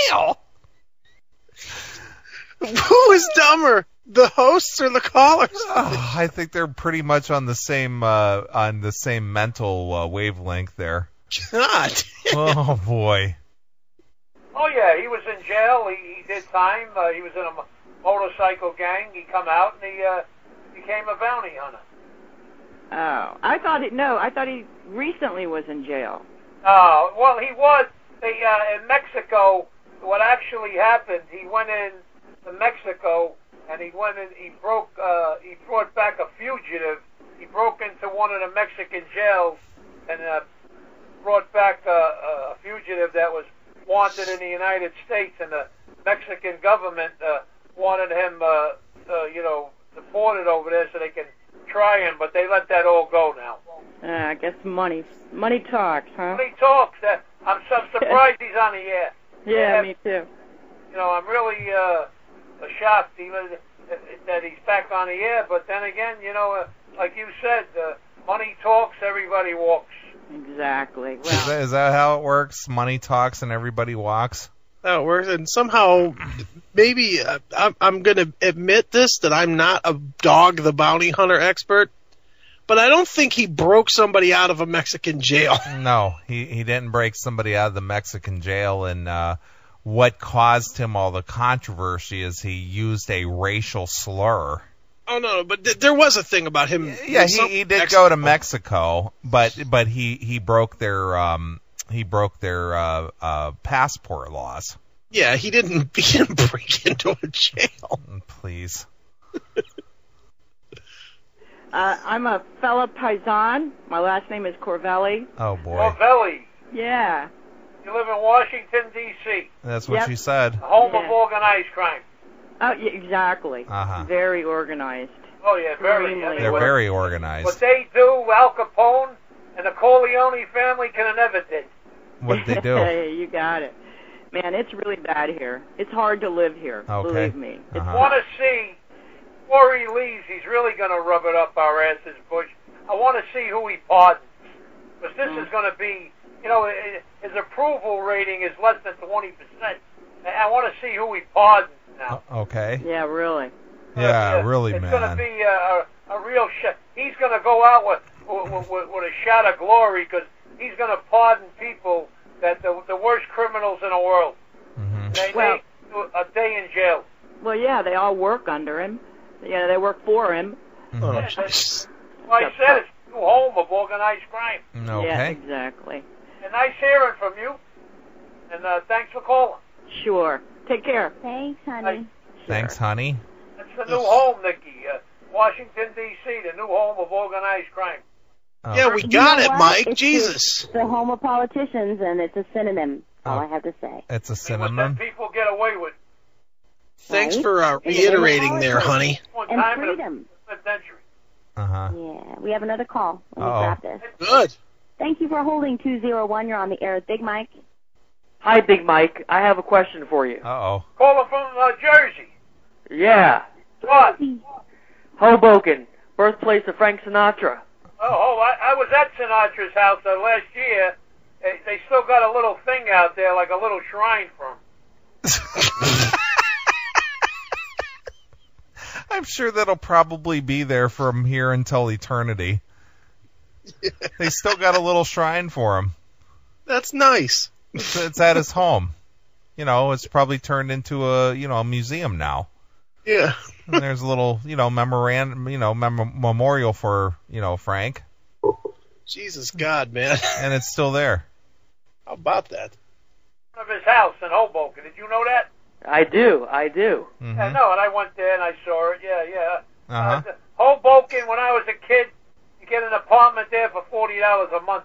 Speaker 12: Jail. Who is dumber, the hosts or the callers?
Speaker 2: Oh, I think they're pretty much on the same uh, on the same mental uh, wavelength there.
Speaker 12: God.
Speaker 2: Oh boy.
Speaker 6: Oh yeah, he was in jail. He, he did time. Uh, he was in a mo- motorcycle gang. He come out and he uh, became a bounty hunter.
Speaker 13: Oh, I thought it. No, I thought he recently was in jail.
Speaker 6: Uh, well, he was. They, uh, in Mexico, what actually happened, he went in to Mexico and he went in, he broke, uh, he brought back a fugitive. He broke into one of the Mexican jails and uh, brought back uh, a fugitive that was wanted in the United States, and the Mexican government uh, wanted him, uh, uh, you know, deported over there so they can try him, but they let that all go now.
Speaker 13: Uh, I guess money, money talks, huh?
Speaker 6: He talks. Uh, I'm so surprised he's on the air.
Speaker 13: Yeah, me too.
Speaker 6: you know, I'm really uh, shocked even that he's back on the air. But then again, you know, uh, like you said, uh, money talks, everybody walks.
Speaker 13: Exactly.
Speaker 2: Is that, is that how it works? Money talks and everybody walks.
Speaker 12: Oh, we're and somehow maybe uh, I'm, I'm going to admit this that I'm not a dog the bounty hunter expert, but I don't think he broke somebody out of a Mexican jail.
Speaker 2: No, he he didn't break somebody out of the Mexican jail, and uh, what caused him all the controversy is he used a racial slur.
Speaker 12: Oh no, but th- there was a thing about him.
Speaker 2: Yeah, he, he did go to Mexico, but but he he broke their um he broke their uh, uh passport laws.
Speaker 12: Yeah, he didn't, he didn't break into a jail.
Speaker 2: Please.
Speaker 13: Uh, I'm a fella paisan. My last name is Corvelli.
Speaker 2: Oh boy,
Speaker 6: Corvelli,
Speaker 13: Yeah.
Speaker 6: you live in Washington D.C.,
Speaker 2: that's what
Speaker 13: Yep.
Speaker 2: she said.
Speaker 6: the home
Speaker 13: Yeah.
Speaker 6: of organized crime.
Speaker 13: Oh, yeah, exactly.
Speaker 2: Uh-huh.
Speaker 13: Very organized.
Speaker 6: Oh yeah, very. I mean,
Speaker 2: They're
Speaker 6: what-
Speaker 2: very organized.
Speaker 6: What they do, Al Capone and the Corleone family could have never did.
Speaker 2: What they do?
Speaker 13: Hey, you got it. Man, it's really bad here. It's hard to live here.
Speaker 2: Okay.
Speaker 13: Believe me. It's
Speaker 2: Uh-huh.
Speaker 6: Want to see before he leaves? He's really going to rub it up our asses, Bush. I want to see who he pardons because this
Speaker 2: Hmm.
Speaker 6: is going to be, you know, i- his approval rating is less than twenty percent. I want to see who he pardons now.
Speaker 2: Okay.
Speaker 13: Yeah, really.
Speaker 2: Oh, Yeah, really,
Speaker 6: it's going
Speaker 2: man.
Speaker 6: to be a, a, a real shot. He's going to go out with with, with with a shot of glory because he's going to pardon people that the, the worst criminals in the world.
Speaker 2: Mm-hmm.
Speaker 6: They
Speaker 13: Well-
Speaker 6: need a day in jail.
Speaker 13: Well, yeah, they all work under him. Yeah, they work for him.
Speaker 6: Yeah, that's- like I said, it's the new home of organized crime.
Speaker 13: Yeah, exactly.
Speaker 6: And nice hearing from you. And uh, thanks for calling.
Speaker 13: Sure. Take care.
Speaker 7: Thanks, honey.
Speaker 2: Thanks, honey.
Speaker 6: That's the new home, Nikki. Uh, Washington D.C., the new home of organized crime.
Speaker 2: Uh,
Speaker 12: Yeah, we
Speaker 7: You
Speaker 12: got
Speaker 7: know
Speaker 12: it,
Speaker 7: what?
Speaker 12: Mike.
Speaker 7: It's
Speaker 12: Jesus. Oh.
Speaker 7: just The home of politicians, and it's a synonym. All I have to say.
Speaker 2: It's a
Speaker 6: That
Speaker 2: synonym.
Speaker 6: people get away with.
Speaker 12: Thanks
Speaker 7: Right?
Speaker 12: for uh,
Speaker 7: It's a
Speaker 12: reiterating there,
Speaker 7: politics.
Speaker 12: honey.
Speaker 6: One
Speaker 7: And
Speaker 6: time in a
Speaker 7: freedom.
Speaker 6: century.
Speaker 2: Uh huh.
Speaker 7: Yeah, we have another call. Let me
Speaker 2: Uh-oh.
Speaker 7: grab this.
Speaker 12: Good.
Speaker 7: Thank you for holding 201. You're on the air with Big Mike.
Speaker 14: Hi, Big Mike. I have a question for you.
Speaker 2: Uh oh.
Speaker 6: Caller from uh, Jersey.
Speaker 14: Yeah,
Speaker 6: What?
Speaker 14: Hoboken, birthplace of Frank Sinatra.
Speaker 6: Oh, oh I, I was at Sinatra's house uh, last year. They, they still got a little thing out there, like a little shrine for him.
Speaker 2: I'm sure that'll probably be there from here until eternity. They still got a little shrine for him.
Speaker 12: That's nice.
Speaker 2: It's, it's at his home. You know, it's probably turned into a you know a museum now.
Speaker 12: Yeah.
Speaker 2: And there's a little you know memorandum you know mem- memorial for you know Frank,
Speaker 12: Jesus God, man.
Speaker 2: and it's still there.
Speaker 12: How about that?
Speaker 6: In front of his house in Hoboken. Did you know that?
Speaker 14: I do, I do.
Speaker 12: Mm-hmm.
Speaker 6: Yeah, no, and I went there and I saw it. Yeah, yeah.
Speaker 12: Uh-huh.
Speaker 2: Uh huh.
Speaker 6: Hoboken, when I was a kid, you get an apartment there for forty dollars a month.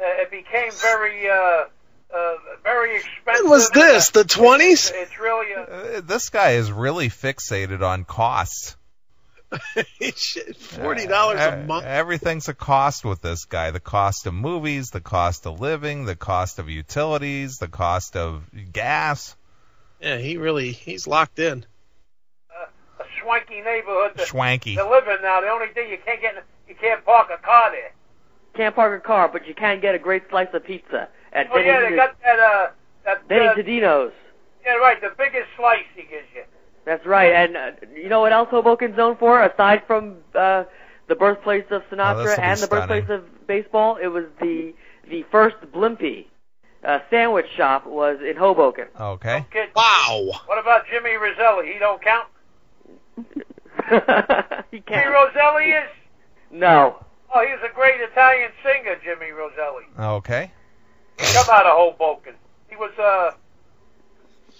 Speaker 6: Uh, it became very, uh, uh, very expensive.
Speaker 12: When was this? The 20s?
Speaker 6: It's really a,
Speaker 12: Uh-huh.
Speaker 2: Uh, This guy is really fixated on costs.
Speaker 12: Shit, Forty dollars a
Speaker 2: Uh,
Speaker 12: month.
Speaker 2: Everything's a cost with this guy. The cost of movies, the cost of living, the cost of utilities, the cost of gas.
Speaker 12: Yeah, he really he's locked in.
Speaker 6: a swanky neighborhood to,
Speaker 2: Schwanky.
Speaker 6: to live in now. The only thing you can't get, in, you can't park a car there.
Speaker 14: Can't park a car, but you can get a great slice of pizza at
Speaker 6: Oh yeah, they got that. Uh, that.
Speaker 14: Benny
Speaker 6: uh,
Speaker 14: Tadino's.
Speaker 6: yeah, right. The biggest slice he gives you.
Speaker 14: That's right. And uh, you know what else Hoboken's known for, aside from uh, the birthplace of
Speaker 2: Oh,
Speaker 14: Sinatra
Speaker 2: this'll be
Speaker 14: and the birthplace of baseball? It was the the first Blimpie uh, sandwich shop was in Hoboken.
Speaker 2: Okay.
Speaker 6: Kid.
Speaker 12: Wow.
Speaker 6: What about Jimmy Roselli? He don't count.
Speaker 14: he
Speaker 6: Jimmy
Speaker 14: can't.
Speaker 6: Roselli is.
Speaker 14: No.
Speaker 6: Oh, he was a great Italian singer, Jimmy Roselli.
Speaker 2: Okay.
Speaker 6: come out of Hoboken. He was a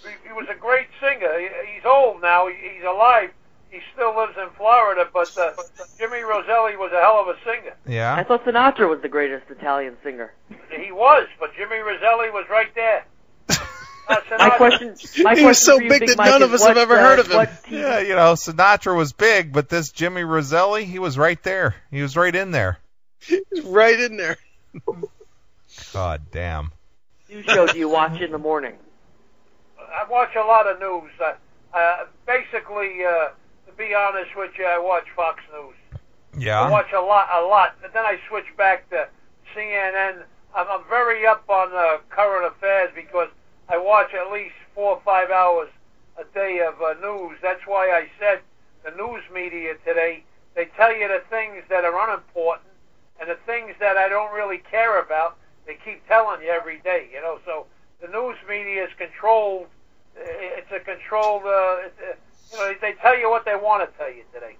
Speaker 6: he, he was a great singer. He, he's old now. He, he's alive. He still lives in Florida, but uh, Jimmy Roselli was a hell of a singer.
Speaker 14: I
Speaker 2: Yeah.
Speaker 14: thought Sinatra was the greatest Italian singer.
Speaker 6: He was, but Jimmy Roselli was right there. Uh,
Speaker 14: My
Speaker 6: Sinatra-
Speaker 14: question, my
Speaker 12: He
Speaker 14: question
Speaker 12: was so
Speaker 14: for you,
Speaker 12: big that
Speaker 14: Mike,
Speaker 12: none
Speaker 14: is
Speaker 12: of us have
Speaker 14: what,
Speaker 12: ever
Speaker 14: uh,
Speaker 12: heard of him.
Speaker 14: What team,
Speaker 2: Yeah, you know, Sinatra was big, but this Jimmy Roselli, he was right there. He was right in there.
Speaker 12: He's right in there.
Speaker 2: God damn.
Speaker 14: news show do you watch in the morning?
Speaker 6: I watch a lot of news. Uh, uh, basically, uh, to be honest with you, I watch Fox News. I
Speaker 2: Yeah.
Speaker 6: watch a lot, a lot. But then I switch back to CNN. I'm, I'm very up on uh, current affairs because I watch at least four or five hours a day of uh, news. That's why I said the news media today, they tell you the things that are unimportant and the things that I don't really care about, they keep telling you every day, you know. So the news media is controlled. uh, It's a controlled, uh, it's, uh, you know, they, they tell you what they want to tell you today.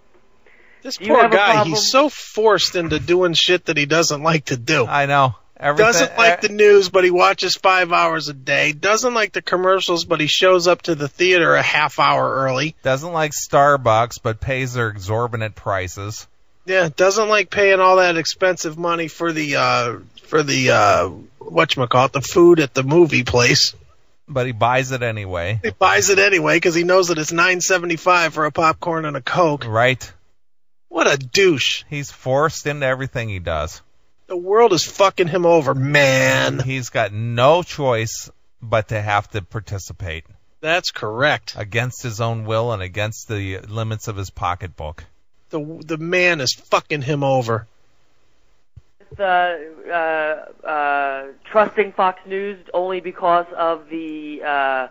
Speaker 4: This
Speaker 6: Do you
Speaker 4: poor
Speaker 6: have a
Speaker 4: guy,
Speaker 6: problem?
Speaker 4: he's so forced into doing shit that he doesn't like to do.
Speaker 2: I know. eh,
Speaker 4: doesn't like the news, but he watches five hours a day. Doesn't like the commercials, but he shows up to the theater a half hour early.
Speaker 2: Doesn't like Starbucks, but pays their exorbitant prices.
Speaker 4: Yeah, doesn't like paying all that expensive money for the uh for the uh whatchamacallit, the food at the movie place.
Speaker 2: But he buys it anyway.
Speaker 4: He buys it anyway because he knows that it's nine seventy five for a popcorn and a coke.
Speaker 2: Right.
Speaker 4: What a douche.
Speaker 2: He's forced into everything he does.
Speaker 4: The world is fucking him over, man.
Speaker 2: He's got no choice but to have to participate
Speaker 4: That's correct.
Speaker 2: against his own will and against the limits of his pocketbook.
Speaker 4: The the man is fucking him over.
Speaker 14: uh, uh, uh, trusting Fox News only because of the uh,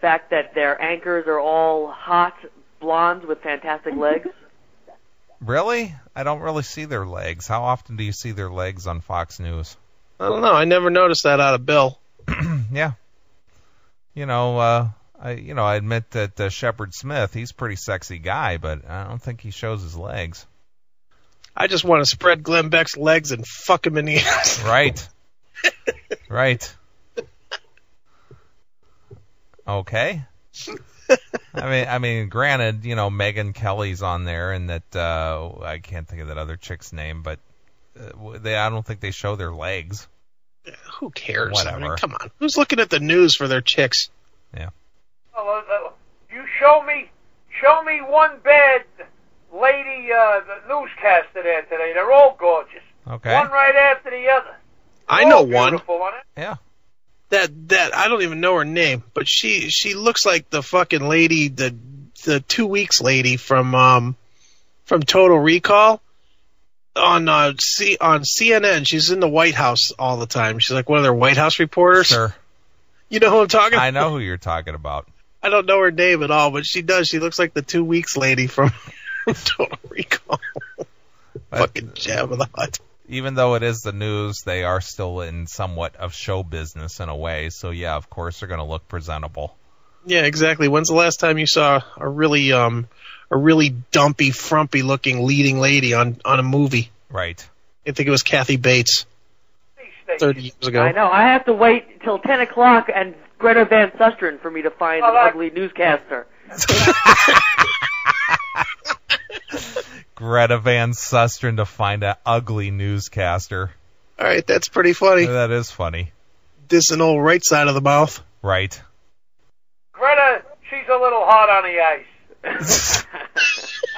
Speaker 14: fact that their anchors are all hot blondes with fantastic legs.
Speaker 2: Really? I don't really see their legs. How often do you see their legs on Fox News?
Speaker 4: I don't know. I never noticed that out of Bill.
Speaker 2: yeah. You know, uh, I you know I admit that uh, Shepard Smith, he's a pretty sexy guy, but I don't think he shows his legs.
Speaker 4: I just want to spread Glenn Beck's legs and fuck him in the ass.
Speaker 2: Right. right. Okay. I mean, I mean, granted, you know, Megan Kelly's on there, and that uh, I can't think of that other chick's name, but uh, w- they, I don't think they show their legs.
Speaker 4: Who cares? I mean,
Speaker 2: Whatever.
Speaker 4: come on. Who's looking at the news for their chicks?
Speaker 6: Well, uh, uh, You show me, show me one bad lady uh, the newscaster there today. They're all gorgeous,
Speaker 2: Okay.
Speaker 6: one right after the other.
Speaker 4: I know one.
Speaker 6: Beautiful, aren't they?
Speaker 2: Yeah.
Speaker 4: That that I don't even know her name, but she she looks like the fucking lady, the the two weeks lady from um from Total Recall on uh, C on CNN. She's in the White House all the time. She's like one of their White House reporters.
Speaker 2: Sure.
Speaker 4: You know who I'm talking?
Speaker 2: I
Speaker 4: about?
Speaker 2: know who you're talking about.
Speaker 4: I don't know her name at all, but she does. She looks like the two weeks lady from Total Recall. Fucking jab of the hut.
Speaker 2: Even though it is the news, they are still in somewhat of show business in a way. So yeah, of course they're going to look presentable.
Speaker 4: Yeah, exactly. When's the last time you saw a really um a really dumpy, frumpy looking leading lady on on a movie?
Speaker 2: Right.
Speaker 4: I think it was Kathy Bates. Thirty years ago.
Speaker 14: I know. I have to wait till 10 o'clock and Greta Van Susteren for me to find an ugly newscaster.
Speaker 2: Greta Van Susteren to find an ugly newscaster.
Speaker 4: All right, that's pretty funny.
Speaker 2: That is funny.
Speaker 4: This an old right side of the mouth.
Speaker 2: Right.
Speaker 6: Greta, she's a little hot on the ice.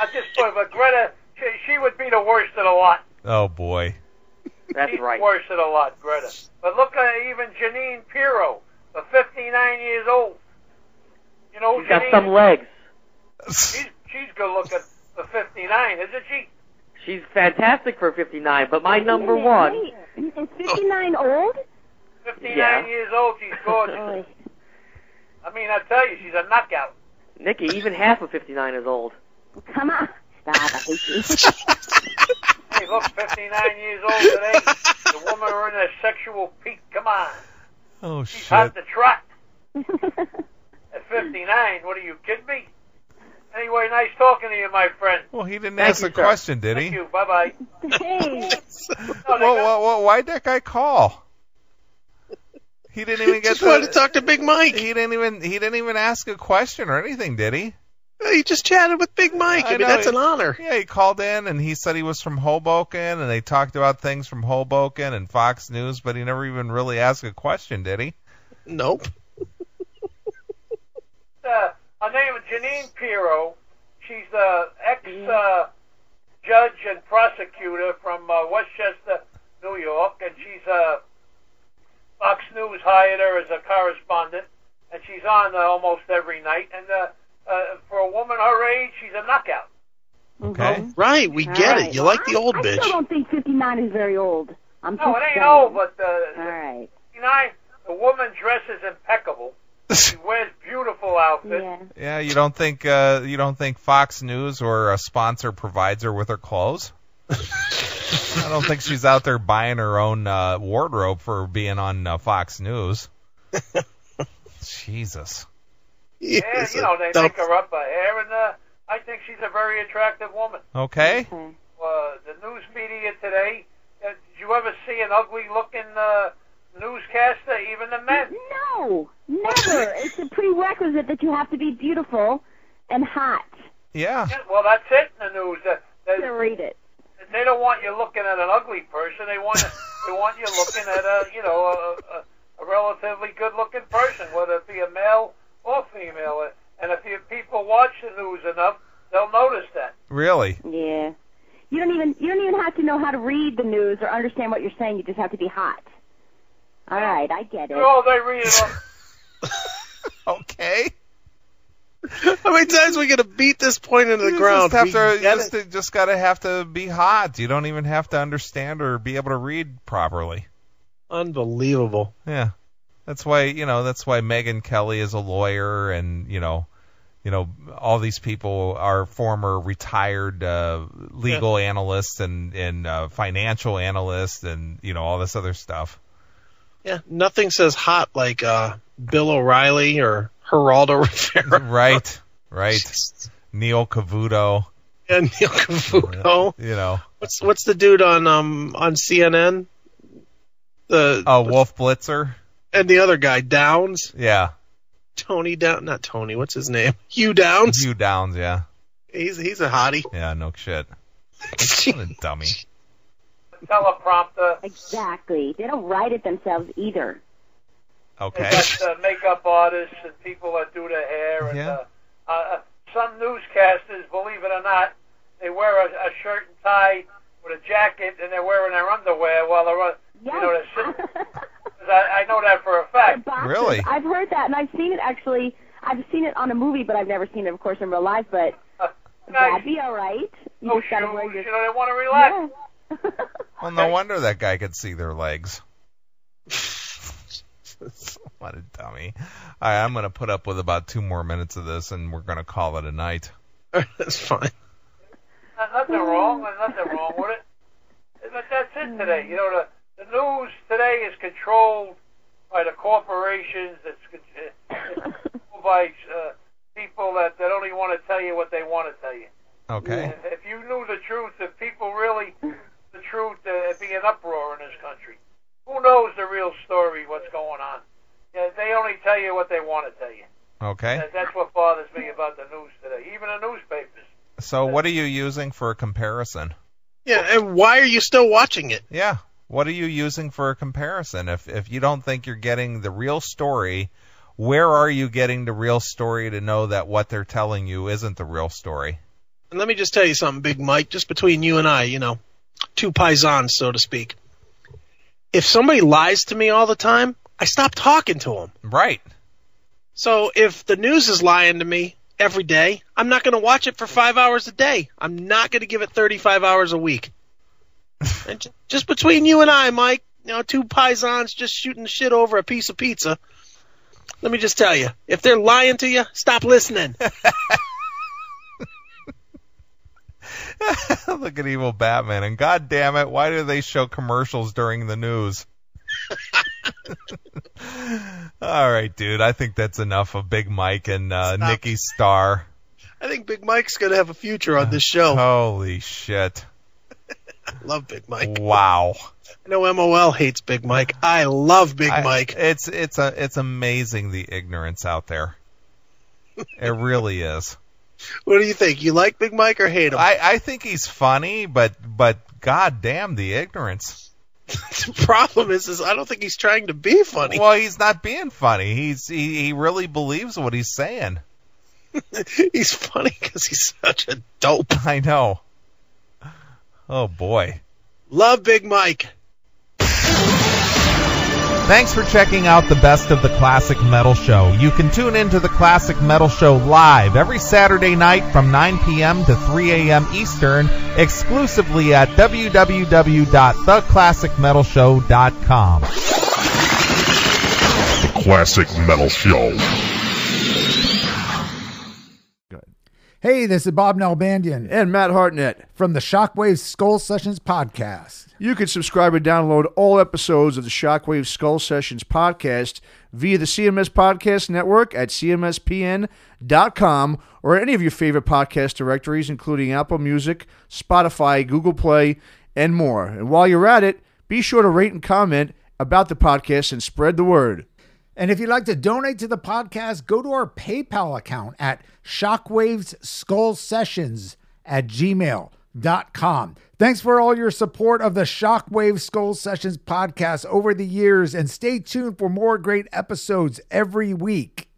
Speaker 6: At this point, but Greta, she, she would be the worst of the lot.
Speaker 2: Oh boy.
Speaker 14: That's
Speaker 6: She's worse than a lot, Greta. But look at even Janine Pirro, the 59 years old. You know,
Speaker 14: She's got
Speaker 6: Janine,
Speaker 14: some legs.
Speaker 6: She's, she's good looking for 59, isn't she?
Speaker 14: She's fantastic for 59, but my number
Speaker 15: Wait,
Speaker 14: one.
Speaker 15: wait. Is 59 old?
Speaker 6: 59
Speaker 14: Yeah.
Speaker 6: years old, she's gorgeous. I mean, I tell you, she's a knockout.
Speaker 14: Nikki, even half of 59 is old.
Speaker 15: Come on. Stop. I hate you.
Speaker 6: Hey, look, 59 years old today. The woman are in a sexual peak. Come on.
Speaker 2: Oh
Speaker 6: She's
Speaker 2: shit.
Speaker 6: hot to trot. At 59, what are you kidding me? Anyway, nice talking to you, my friend.
Speaker 2: Well, he didn't
Speaker 6: Thank
Speaker 2: ask
Speaker 6: you,
Speaker 2: the
Speaker 6: sir.
Speaker 2: question, did
Speaker 6: Thank
Speaker 2: he?
Speaker 6: you. Bye bye.
Speaker 15: Hey.
Speaker 2: Whoa, whoa, whoa, why'd that guy call? He didn't even get
Speaker 4: Just wanted
Speaker 2: the-
Speaker 4: to talk to Big Mike.
Speaker 2: He didn't even he didn't even ask a question or anything, did he?
Speaker 4: He just chatted with Big Mike. I,
Speaker 2: I
Speaker 4: mean,
Speaker 2: know,
Speaker 4: that's
Speaker 2: he-
Speaker 4: an honor.
Speaker 2: Yeah, he called in and he said he was from Hoboken and they talked about things from Hoboken and Fox News, but he never even really asked a question, did he?
Speaker 4: Nope.
Speaker 6: uh, her name is Janine Pirro. She's the ex uh, judge and prosecutor from uh, Westchester, New York, and she's uh, Fox News hired her as a correspondent and she's on uh, almost every night. And uh, uh, for a woman her age, she's a knockout.
Speaker 2: Okay.
Speaker 4: Right, we get it. You like the old
Speaker 7: I
Speaker 4: bitch.
Speaker 7: still don't think 59 is very old. I'm
Speaker 6: No,
Speaker 7: just
Speaker 6: it ain't
Speaker 7: saying.
Speaker 6: old, but uh,
Speaker 7: All Mm-hmm. right.
Speaker 6: you know, the woman dresses impeccable. She wears beautiful outfits.
Speaker 2: Yeah, you don't think uh, you don't think Fox News or a sponsor provides her with her clothes? I don't think she's out there buying her own uh, wardrobe for being on uh, Fox News. Jesus.
Speaker 6: Yeah, you know, they make her up her hair, and uh, I think she's a very attractive woman.
Speaker 2: Okay.
Speaker 6: Uh, the news media today, uh, did you ever see an ugly-looking uh, newscaster? Even the men.
Speaker 7: No, never. it's a prerequisite that you have to be beautiful and hot.
Speaker 2: Yeah.
Speaker 6: Well, that's it in the news. Uh, they,
Speaker 7: To Mm-hmm. read it.
Speaker 6: they don't want you looking at an ugly person. They want they want you looking at a you know a, a, a relatively good-looking person, whether it be a male or female. Uh, And if you, people watch the news enough, they'll notice that.
Speaker 2: Really?
Speaker 7: Yeah. You don't even you don't even have to know how to read the news or understand what you're saying. You just have to be hot. All right, I get it.
Speaker 6: Oh, they read it. on-
Speaker 2: okay.
Speaker 4: How many times are we gonna beat this point into the
Speaker 2: You
Speaker 4: ground?
Speaker 2: Just,
Speaker 4: We
Speaker 2: have to,
Speaker 4: get
Speaker 2: just,
Speaker 4: it.
Speaker 2: just gotta have to be hot. You don't even have to understand or be able to read properly.
Speaker 4: Unbelievable.
Speaker 2: Yeah. That's why you know that's why Megan Kelly is a lawyer, and you know, you know all these people are former retired uh, legal analysts and and uh, financial analysts, and you know all this other stuff.
Speaker 4: Yeah, nothing says hot like uh, Bill O'Reilly or Geraldo Rivera.
Speaker 2: Right, right. Neil Cavuto.
Speaker 4: And Neil Cavuto.
Speaker 2: You know,
Speaker 4: What's what's the dude on um on CNN? The
Speaker 2: uh, Wolf Blitzer.
Speaker 4: and the other guy Downs,
Speaker 2: Yeah,
Speaker 4: Tony Down, not Tony. What's his name? Hugh Downs.
Speaker 2: Hugh Downs. Yeah,
Speaker 4: He's he's a hottie.
Speaker 2: yeah. No shit. What a dummy.
Speaker 6: teleprompter.
Speaker 7: Exactly. They don't write it themselves either.
Speaker 6: They
Speaker 2: Okay.
Speaker 6: got uh, makeup artists and people that do their hair. And
Speaker 2: Yeah.
Speaker 6: uh, uh, some newscasters, believe it or not, they wear a, a shirt and tie with a jacket, and they're wearing their underwear while they're on. You know, they're sitting. 'Cause I, I know that for a fact.
Speaker 7: Boxers.
Speaker 2: Really?
Speaker 7: I've heard that, and I've seen it actually. I've seen it on a movie, but I've never seen it, of course, in real life. But that'd be all right. You
Speaker 6: No
Speaker 7: just gotta wear
Speaker 6: Oh, shoes.
Speaker 7: your
Speaker 6: You know, they want to relax.
Speaker 2: Well, Oh, no wonder that guy could see their legs. what a dummy. All right, I'm going to put up with about two more minutes of this, and we're going to call it a night.
Speaker 4: That's fine.
Speaker 6: There's nothing wrong. There's nothing wrong with it. But that's it today. You know, the, the news today is controlled by the corporations. It's, con- eh, it's controlled by uh, people that, that only want to tell you what they want to tell you.
Speaker 2: Okay.
Speaker 6: If you knew the truth, if people really knew the truth, uh, it'd be an uproar in this country. Who knows the real story? What's going on? Yeah, they only tell you what they want to tell you.
Speaker 2: Okay.
Speaker 6: That- That's what bothers me about the news today. Even the newspapers.
Speaker 2: So, what are you using for a comparison?
Speaker 4: Yeah, and why are you still watching it?
Speaker 2: Yeah. What are you using for a comparison? If if you don't think you're getting the real story, where are you getting the real story to know that what they're telling you isn't the real story?
Speaker 4: And let me just tell you something, Big Mike, just between you and I, you know, two paisans, so to speak. If somebody lies to me all the time, I stop talking to them.
Speaker 2: Right.
Speaker 4: So if the news is lying to me every day, I'm not going to watch it for five hours a day. I'm not going to give it 35 hours a week. and ju- just between you and I, Mike, you know, two paisans just shooting shit over a piece of pizza. Let me just tell you, if they're lying to you, stop listening.
Speaker 2: Look at evil Batman. And god damn it, why do they show commercials during the news? All right, dude. I think that's enough of Big Mike and uh, Nikki Star.
Speaker 4: I think Big Mike's going to have a future on this show.
Speaker 2: Uh, Holy shit!
Speaker 4: Love Big Mike.
Speaker 2: oh. Wow.
Speaker 4: I know MOL hates Big Mike. I love Big
Speaker 2: I-
Speaker 4: Mike.
Speaker 2: It's it's a it's amazing the ignorance out there. It really is.
Speaker 4: What do you think? You like Big Mike or hate him?
Speaker 2: I I think he's funny, but but god damn the ignorance.
Speaker 4: the problem is, is I don't think he's trying to be funny.
Speaker 2: Well, he's not being funny. He's he, he really believes what he's saying.
Speaker 4: he's funny because he's such a dope.
Speaker 2: I know. Oh boy.
Speaker 4: Love Big Mike.
Speaker 2: Thanks for checking out the best of the Classic Metal Show. You can tune in to the Classic Metal Show live every Saturday night from 9 p.m. to 3 a.m. Eastern exclusively at www.theclassicmetalshow.com.
Speaker 3: The Classic Metal Show.
Speaker 16: Hey, this is Bob Nalbandian.
Speaker 17: And Matt Hartnett.
Speaker 16: From the Shockwave Skull Sessions podcast.
Speaker 17: You can subscribe and download all episodes of the Shockwave Skull Sessions podcast via the CMS Podcast Network at cmspn.com or any of your favorite podcast directories, including Apple Music, Spotify, Google Play, and more. And while you're at it, be sure to rate and comment about the podcast and spread the word.
Speaker 16: And if you'd like to donate to the podcast, go to our PayPal account at shockwavesskullsessions at gmail.com. Thanks for all your support of the Shockwave Skull Sessions podcast over the years, and stay tuned for more great episodes every week.